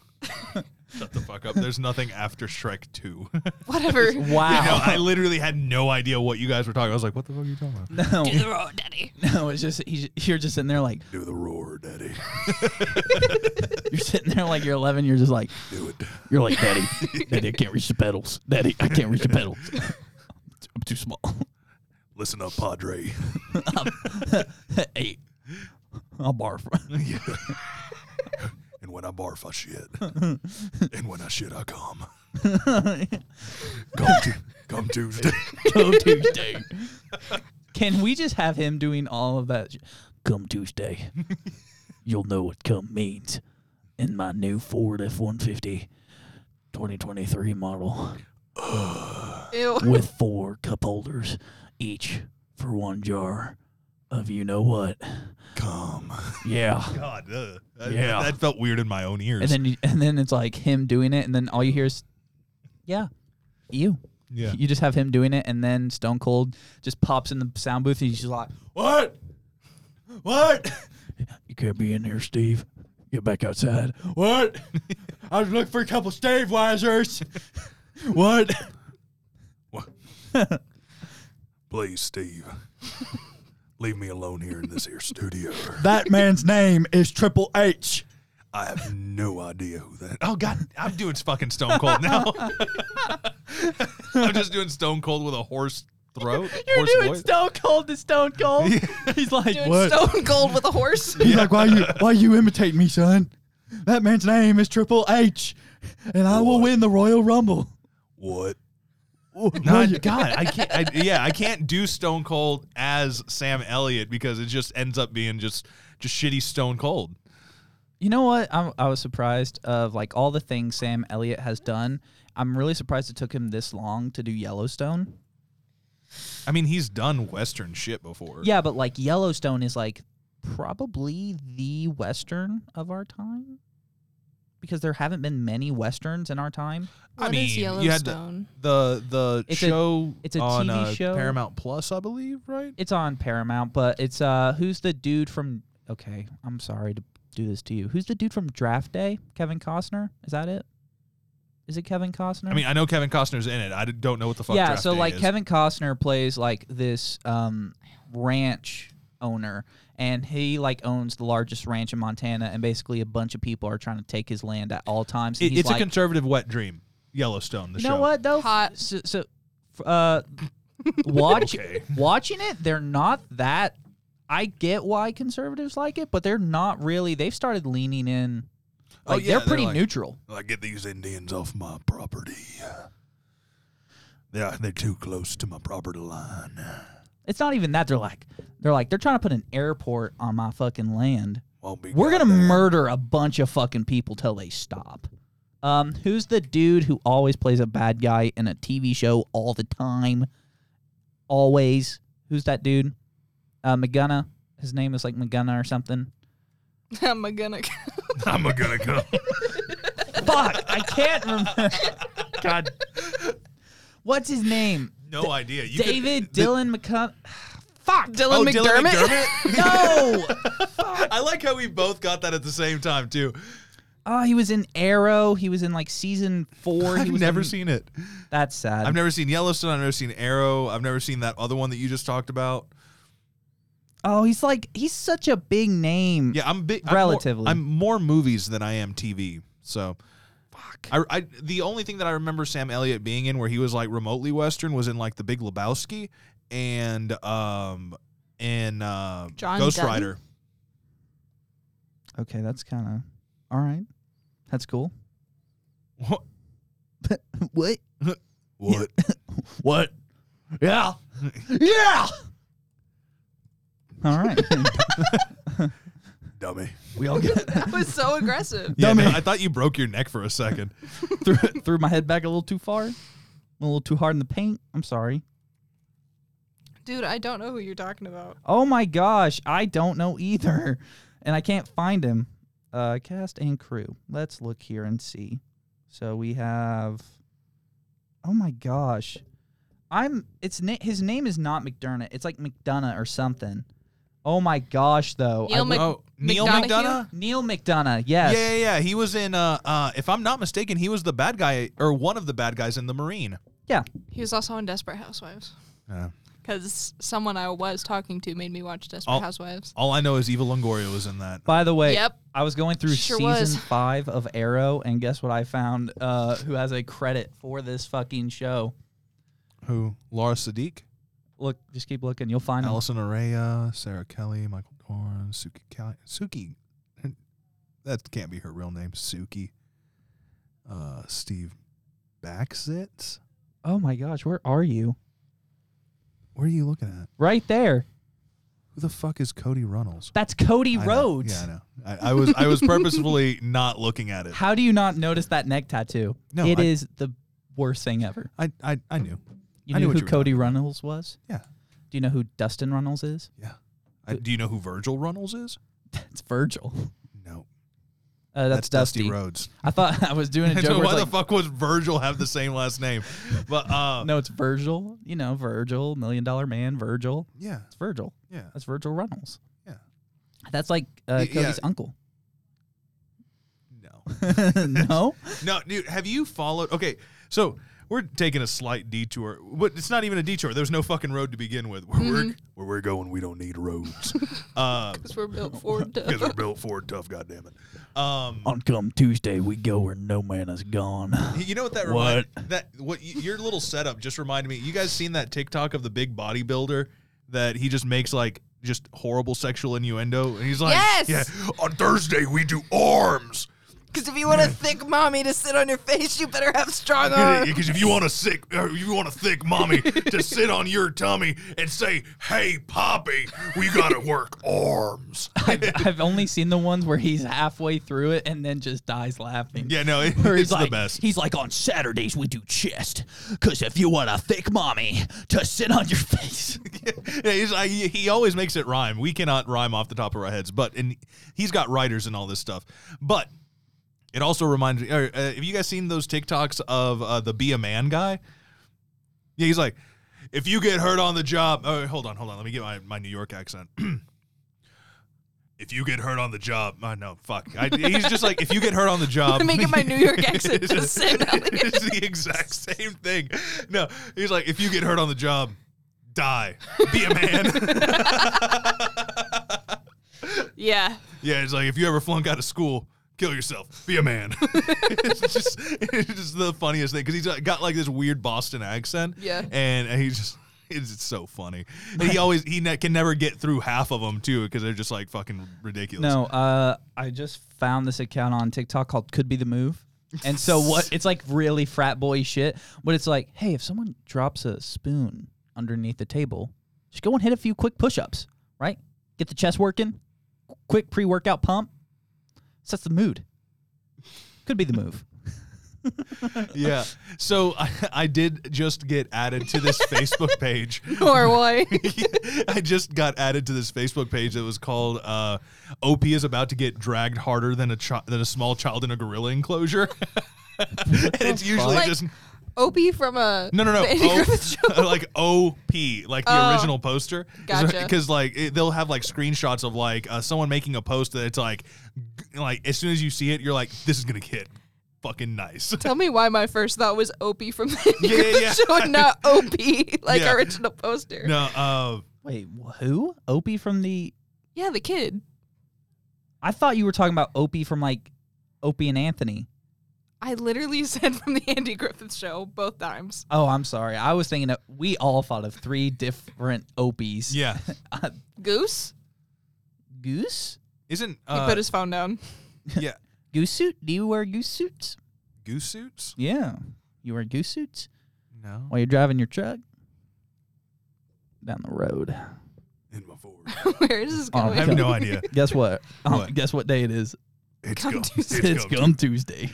Speaker 2: Shut the fuck up. There's nothing after Shrek 2. no,
Speaker 4: Whatever.
Speaker 1: Wow.
Speaker 2: I literally had no idea what you guys were talking. I was like, what the fuck are you talking about?
Speaker 1: No,
Speaker 4: do the roar, daddy.
Speaker 1: no, it's just he's, you're just sitting there like
Speaker 2: Do the roar, Daddy.
Speaker 1: you're sitting there like you're 11. You're just like
Speaker 2: Do it.
Speaker 1: you're like daddy, daddy. I can't reach the pedals, daddy. I can't reach the pedals. I'm too small.
Speaker 2: Listen up, Padre.
Speaker 1: hey, I'll barf.
Speaker 2: and when I barf, I shit. and when I shit, I come. Come, t- come Tuesday.
Speaker 1: Come Tuesday. Can we just have him doing all of that? sh- Come Tuesday. You'll know what come means in my new Ford F 150 2023 model
Speaker 4: Ew.
Speaker 1: with four cup holders, each for one jar of you know what.
Speaker 2: Come.
Speaker 1: Yeah.
Speaker 2: God, uh, that,
Speaker 1: Yeah.
Speaker 2: that felt weird in my own ears.
Speaker 1: And then you- and then it's like him doing it, and then all you hear is, yeah, you.
Speaker 2: yeah.
Speaker 1: You just have him doing it, and then Stone Cold just pops in the sound booth, and he's just like,
Speaker 2: What? What?
Speaker 1: "You can't be in here, Steve. Get back outside."
Speaker 2: What? I was looking for a couple stave wisers. what? What? Please, Steve. Leave me alone here in this here studio.
Speaker 1: That man's name is Triple H.
Speaker 2: I have no idea who that. Oh God, I'm doing fucking Stone Cold now. I'm just doing Stone Cold with a horse throat.
Speaker 1: You're
Speaker 2: horse
Speaker 1: doing
Speaker 2: voice.
Speaker 1: Stone Cold to Stone Cold. He's like,
Speaker 4: Doing
Speaker 1: what?
Speaker 4: Stone Cold with a horse.
Speaker 1: He's like, why you why you imitate me, son? That man's name is Triple H, and I will win the Royal Rumble.
Speaker 2: What?
Speaker 1: will
Speaker 2: No,
Speaker 1: you-
Speaker 2: God, I can't. I, yeah, I can't do Stone Cold as Sam Elliott because it just ends up being just just shitty Stone Cold.
Speaker 1: You know what? I'm, I was surprised of like all the things Sam Elliott has done. I'm really surprised it took him this long to do Yellowstone.
Speaker 2: I mean, he's done Western shit before.
Speaker 1: Yeah, but like Yellowstone is like probably the western of our time because there haven't been many westerns in our time.
Speaker 2: I
Speaker 4: What
Speaker 2: mean,
Speaker 4: is
Speaker 2: you had the
Speaker 4: Yellowstone?
Speaker 2: the, the
Speaker 1: It's a-
Speaker 2: show.
Speaker 1: it's a
Speaker 2: on,
Speaker 1: TV
Speaker 2: uh,
Speaker 1: show.
Speaker 2: Paramount Plus, I believe. Right?
Speaker 1: It's on Paramount, but it's uh who's the dude from Okay, I'm sorry to do this to you. Who's the dude from Draft Day? Kevin Costner? Is that it? Is it Kevin Costner?
Speaker 2: I mean, I know Kevin Costner's in it. I d- don't know what the fuck.
Speaker 1: yeah.
Speaker 2: Draft
Speaker 1: So
Speaker 2: Day
Speaker 1: like
Speaker 2: is.
Speaker 1: Kevin Costner plays like this um, ranch owner, and he like owns the largest ranch in Montana, and basically a bunch of people are trying to take his land at all times. and
Speaker 2: It-
Speaker 1: he's
Speaker 2: it's
Speaker 1: like,
Speaker 2: a conservative wet dream. Yellowstone. The
Speaker 1: you
Speaker 2: show.
Speaker 1: know what though?
Speaker 4: Hot.
Speaker 1: So, so f- uh, watch
Speaker 2: Okay.
Speaker 1: watching it, they're not that. I get why conservatives like it, but they're not really. They've started leaning in.
Speaker 2: Oh,
Speaker 1: Like
Speaker 2: yeah,
Speaker 1: they're
Speaker 2: they're
Speaker 1: pretty
Speaker 2: like-
Speaker 1: neutral.
Speaker 2: I get these Indians off my property. Yeah, they're too close to my property line.
Speaker 1: It's not even that. They're like they're like they're trying to put an airport on my fucking land.
Speaker 2: Won't be
Speaker 1: We're gonna
Speaker 2: goddamn-
Speaker 1: murder a bunch of fucking people till they stop. Um, who's the dude who always plays a bad guy in a TV show all the time? Always. Who's that dude? Uh, McGunna. His name is like McGunna or something.
Speaker 3: I'm gonna.
Speaker 2: I'm gonna go.
Speaker 1: Fuck, I can't remember. God, what's his name?
Speaker 2: No idea. You could-
Speaker 1: David
Speaker 2: the-
Speaker 1: Dylan McCun. Fuck.
Speaker 3: Dylan
Speaker 2: Oh, Dylan
Speaker 3: McDermott.
Speaker 2: McDermott?
Speaker 1: no.
Speaker 2: I like how we both got that at the same time too.
Speaker 1: Oh, he was in Arrow. He was in like season four. He
Speaker 2: I've
Speaker 1: was
Speaker 2: never
Speaker 1: in-
Speaker 2: seen it.
Speaker 1: That's sad.
Speaker 2: I've never seen Yellowstone. I've never seen Arrow. I've never seen that other one that you just talked about.
Speaker 1: oh, he's like he's such a big name.
Speaker 2: Yeah, I'm big.
Speaker 1: Relatively.
Speaker 2: I'm more, I'm more movies than I am TV. So,
Speaker 1: Fuck.
Speaker 2: I, I the only thing that I remember Sam Elliott being in where he was like remotely Western was in like The Big Lebowski and um and uh,
Speaker 4: John
Speaker 2: Ghost
Speaker 4: Gunn?
Speaker 2: Rider.
Speaker 1: Okay, that's kind of all right. That's cool.
Speaker 2: What?
Speaker 1: what?
Speaker 2: What?
Speaker 1: What? Yeah. yeah. All right.
Speaker 2: Dummy.
Speaker 1: we all get
Speaker 3: That was so aggressive.
Speaker 2: Yeah,
Speaker 1: Dummy.
Speaker 2: no, I thought you broke your neck for a second.
Speaker 1: threw, threw my head back a little too far, a little too hard in the paint. I'm sorry.
Speaker 3: Dude, I don't know who you're talking about.
Speaker 1: Oh my gosh, I don't know either, and I can't find him. Uh, cast and crew. Let's look here and see. So we have. Oh my gosh, I'm. It's na- his name is not McDermott. It's like McDonough or something. Oh my gosh, though. I
Speaker 4: Neil
Speaker 1: would-
Speaker 4: Mc-
Speaker 2: oh, Neil
Speaker 4: McDonough?
Speaker 2: McDonough?
Speaker 1: Neil McDonough.
Speaker 2: Yeah,
Speaker 1: Yes.
Speaker 2: yeah, yeah. He was in uh uh if I'm not mistaken, he was the bad guy or one of the bad guys in The Marine.
Speaker 4: He was also on Desperate Housewives.
Speaker 2: Uh,
Speaker 4: Because someone I was talking to made me watch Desperate
Speaker 2: Oh.
Speaker 4: Housewives.
Speaker 2: all I know is Eva Longoria was in that.
Speaker 1: By the way,
Speaker 4: Yep.
Speaker 1: I was going through
Speaker 4: Sure
Speaker 1: season
Speaker 4: was.
Speaker 1: five of Arrow, and guess what I found? Uh, who has a credit for this fucking show?
Speaker 2: Who? Laura Sadiq,
Speaker 1: Look, just keep looking. You'll find him.
Speaker 2: Allison Araya, Sarah Kelly, Michael Dorn, Suki Kelly, Suki. That can't be her real name, Suki. Uh, Steve Baxit.
Speaker 1: Oh my gosh, where are you?
Speaker 2: Where are you looking at?
Speaker 1: Right there.
Speaker 2: Who the fuck is Cody Runnels?
Speaker 1: That's Cody
Speaker 2: I know.
Speaker 1: Rhodes.
Speaker 2: Yeah, I know. I, I was I was purposefully not looking at it.
Speaker 1: How do you not notice that neck tattoo?
Speaker 2: No,
Speaker 1: it
Speaker 2: I-
Speaker 1: is the worst thing ever.
Speaker 2: I I, I knew.
Speaker 1: You
Speaker 2: I
Speaker 1: knew
Speaker 2: knew what
Speaker 1: who
Speaker 2: you were
Speaker 1: Cody Runnels was?
Speaker 2: Yeah.
Speaker 1: Do you know who Dustin Runnels is?
Speaker 2: Yeah. I, do you know who Virgil Runnels is?
Speaker 1: It's Virgil.
Speaker 2: No.
Speaker 1: Uh, that's, Dusty.
Speaker 2: Rhodes.
Speaker 1: I thought I was doing a
Speaker 2: So
Speaker 1: joke. where
Speaker 2: why
Speaker 1: it's
Speaker 2: the
Speaker 1: like,
Speaker 2: fuck was Virgil have the same last name? But uh,
Speaker 1: no, it's Virgil. You know, Virgil, Million Dollar Man, Virgil.
Speaker 2: yeah,
Speaker 1: It's Virgil.
Speaker 2: yeah.
Speaker 1: That's Virgil Runnels.
Speaker 2: Yeah.
Speaker 1: That's like uh,
Speaker 2: Y-
Speaker 1: Cody's
Speaker 2: yeah.
Speaker 1: uncle.
Speaker 2: No.
Speaker 1: no?
Speaker 2: No, dude, have you followed? Okay, so we're taking a slight detour, but it's not even a detour. There's no fucking road to begin with. Where we're where we're going, we don't need roads because
Speaker 3: Because we're built for duh.
Speaker 2: we're built for it, tough. Goddamn it. Um,
Speaker 1: On come Tuesday, we go where no man is gone.
Speaker 2: you know what that remind, that what y- your little setup just reminded me. You guys seen that TikTok of the big bodybuilder that he just makes like just horrible sexual innuendo, and he's like,
Speaker 4: Yes!
Speaker 2: yeah, on Thursday we do arms.
Speaker 3: Because if you want a thick mommy to sit on your face, you better have strong arms.
Speaker 2: Because if you want a sick, or if you want a thick mommy to sit on your tummy and say, "Hey, Poppy, we gotta work arms."
Speaker 1: I've, I've only seen the ones where he's halfway through it and then just dies laughing.
Speaker 2: yeah, no, it-
Speaker 1: Where he's
Speaker 2: it's
Speaker 1: like,
Speaker 2: the best.
Speaker 1: He's like, on Saturdays we do chest, cause if you want a thick mommy to sit on your face,
Speaker 2: Yeah, he's like- he, he always makes it rhyme. We cannot rhyme off the top of our heads, but and he's got writers and all this stuff. But it also reminds me. Or, uh, have you guys seen those TikToks of uh, the be a man guy? Yeah, he's like, if you get hurt on the job, oh, hold on, hold on, let me get my, my New York accent. if you get hurt on the job, oh, no, fuck. I, he's just like, if you get hurt on the job,
Speaker 3: Let me get my New York accent
Speaker 2: it's,
Speaker 3: to sit down again.
Speaker 2: it's the exact same thing. No, he's like, if you get hurt on the job, die, be a man.
Speaker 3: Yeah.
Speaker 2: yeah, it's like if you ever flunk out of school, kill yourself, be a man. it's just, it's just the funniest thing because he's like, got like this weird Boston accent.
Speaker 3: Yeah.
Speaker 2: and he's just. It's it's so funny. And he always he ne- can never get through half of them too because they're just like fucking ridiculous.
Speaker 1: No, uh, I just found this account on TikTok called Could Be the Move. And so what it's like really frat boy shit, but it's like, hey, if someone drops a spoon underneath the table, just go and hit a few quick push-ups, right? Get the chest working, qu- quick pre-workout pump. Sets the mood. Could be the move.
Speaker 2: yeah. So I, I did just get added to this Facebook page.
Speaker 3: Norway.
Speaker 2: I just got added to this Facebook page that was called uh, "OP is about to get dragged harder than a chi- than a small child in a gorilla enclosure," and it's usually
Speaker 3: Like-
Speaker 2: just
Speaker 3: Opie from uh, a
Speaker 2: no, no, no.
Speaker 3: the Andy
Speaker 2: O-
Speaker 3: Griffith Show.
Speaker 2: like OP, like the
Speaker 3: Oh.
Speaker 2: original poster.
Speaker 3: Gotcha.
Speaker 2: Because like it, they'll have like screenshots of like uh, someone making a post that it's like, g- like as soon as you see it, you're like, this is gonna hit fucking nice.
Speaker 3: Tell me why my first thought was Opie from the Andy
Speaker 2: Yeah, yeah,
Speaker 3: Griffith
Speaker 2: yeah.
Speaker 3: Show, and not Opie like
Speaker 2: Yeah.
Speaker 3: original poster.
Speaker 2: no, uh,
Speaker 1: Wait, wh- who? Opie from the
Speaker 3: Yeah, the kid.
Speaker 1: I thought you were talking about Opie from like Opie and Anthony.
Speaker 3: I literally said from the Andy Griffith Show both times.
Speaker 1: Oh, I'm sorry. I was thinking of, we all thought of three different Opies.
Speaker 2: yeah.
Speaker 3: Goose.
Speaker 1: Goose?
Speaker 2: Isn't
Speaker 3: He
Speaker 2: uh,
Speaker 3: put his phone down.
Speaker 2: yeah
Speaker 1: Goose suit? Do you wear goose suits?
Speaker 2: goose suits?
Speaker 1: Yeah. You wear goose suits
Speaker 2: No.
Speaker 1: while you're driving your truck down the road.
Speaker 2: In my Ford.
Speaker 3: Where is this
Speaker 1: Oh,
Speaker 2: I
Speaker 3: going?
Speaker 2: have no idea.
Speaker 1: Guess what? Um,
Speaker 2: What?
Speaker 1: Guess what day it is?
Speaker 2: It's
Speaker 3: Come
Speaker 2: gum.
Speaker 3: Tuesday.
Speaker 1: It's,
Speaker 2: gum.
Speaker 1: Gum Tuesday.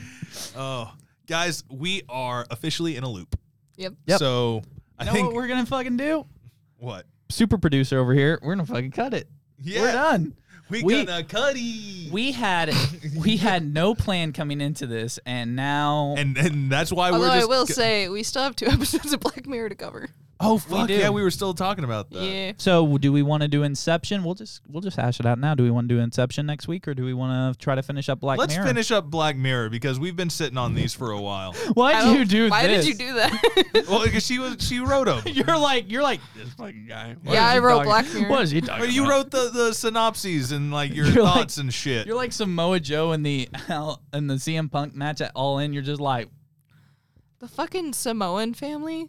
Speaker 2: Oh, guys, we are officially in a loop.
Speaker 3: Yep.
Speaker 1: Yep.
Speaker 2: So I
Speaker 1: You know
Speaker 2: think
Speaker 1: what
Speaker 2: what?
Speaker 1: we're gonna fucking do? Super producer over here. We're gonna fucking cut it.
Speaker 2: Yeah,
Speaker 1: We're done.
Speaker 2: we
Speaker 1: We-
Speaker 2: gonna cutty.
Speaker 1: We had we had no plan coming into this, and now
Speaker 2: and and that's why
Speaker 3: Although
Speaker 2: we're
Speaker 3: I
Speaker 2: just.
Speaker 3: will say we still have two episodes of Black Mirror to cover.
Speaker 1: oh
Speaker 2: fuck yeah, we were still talking about that.
Speaker 3: yeah.
Speaker 1: So do we want to do Inception? We'll just we'll just hash it out now. Do we want to do Inception next week, or do we want to try to finish up Black
Speaker 2: Let's
Speaker 1: Mirror?
Speaker 2: finish up Black Mirror because we've been sitting on these for a while.
Speaker 1: Why
Speaker 3: I
Speaker 1: did you
Speaker 3: don't-
Speaker 1: do
Speaker 3: Why
Speaker 1: this?
Speaker 3: did you do that?
Speaker 2: well, because she was she wrote them.
Speaker 1: You're like you're like this fucking guy. What
Speaker 3: Yeah,
Speaker 1: is he
Speaker 3: I wrote
Speaker 1: talking-
Speaker 3: Black Mirror.
Speaker 1: What is he talking?
Speaker 2: Well, you
Speaker 1: about?
Speaker 2: wrote the the synopses and like your
Speaker 1: You're like-
Speaker 2: thoughts and shit.
Speaker 1: You're like Samoa Joe in the in the CM Punk match at All In. You're just like,
Speaker 3: the fucking Samoan family.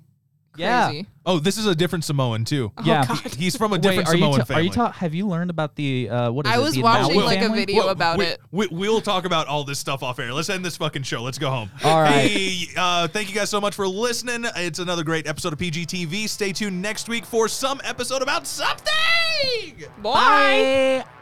Speaker 1: yeah.
Speaker 3: Crazy.
Speaker 2: oh, this is a different Samoan too.
Speaker 3: Oh
Speaker 1: Yeah.
Speaker 3: God.
Speaker 2: He's from a
Speaker 1: Wait,
Speaker 2: different
Speaker 1: are you
Speaker 2: Samoan
Speaker 1: ta-
Speaker 2: family.
Speaker 1: Are you ta- have you learned about the uh, what is
Speaker 3: I
Speaker 1: it,
Speaker 3: was
Speaker 1: the
Speaker 3: watching,
Speaker 1: Malawi
Speaker 3: like, a
Speaker 1: family?
Speaker 3: video- about
Speaker 2: we,
Speaker 3: it.
Speaker 2: We, we'll talk about all this stuff off air. Let's end this fucking show. Let's go home.
Speaker 1: All right.
Speaker 2: Hey, uh, thank you guys so much for listening. It's another great episode of PGTV. Stay tuned next week for some episode about something.
Speaker 3: Bye.
Speaker 1: Bye.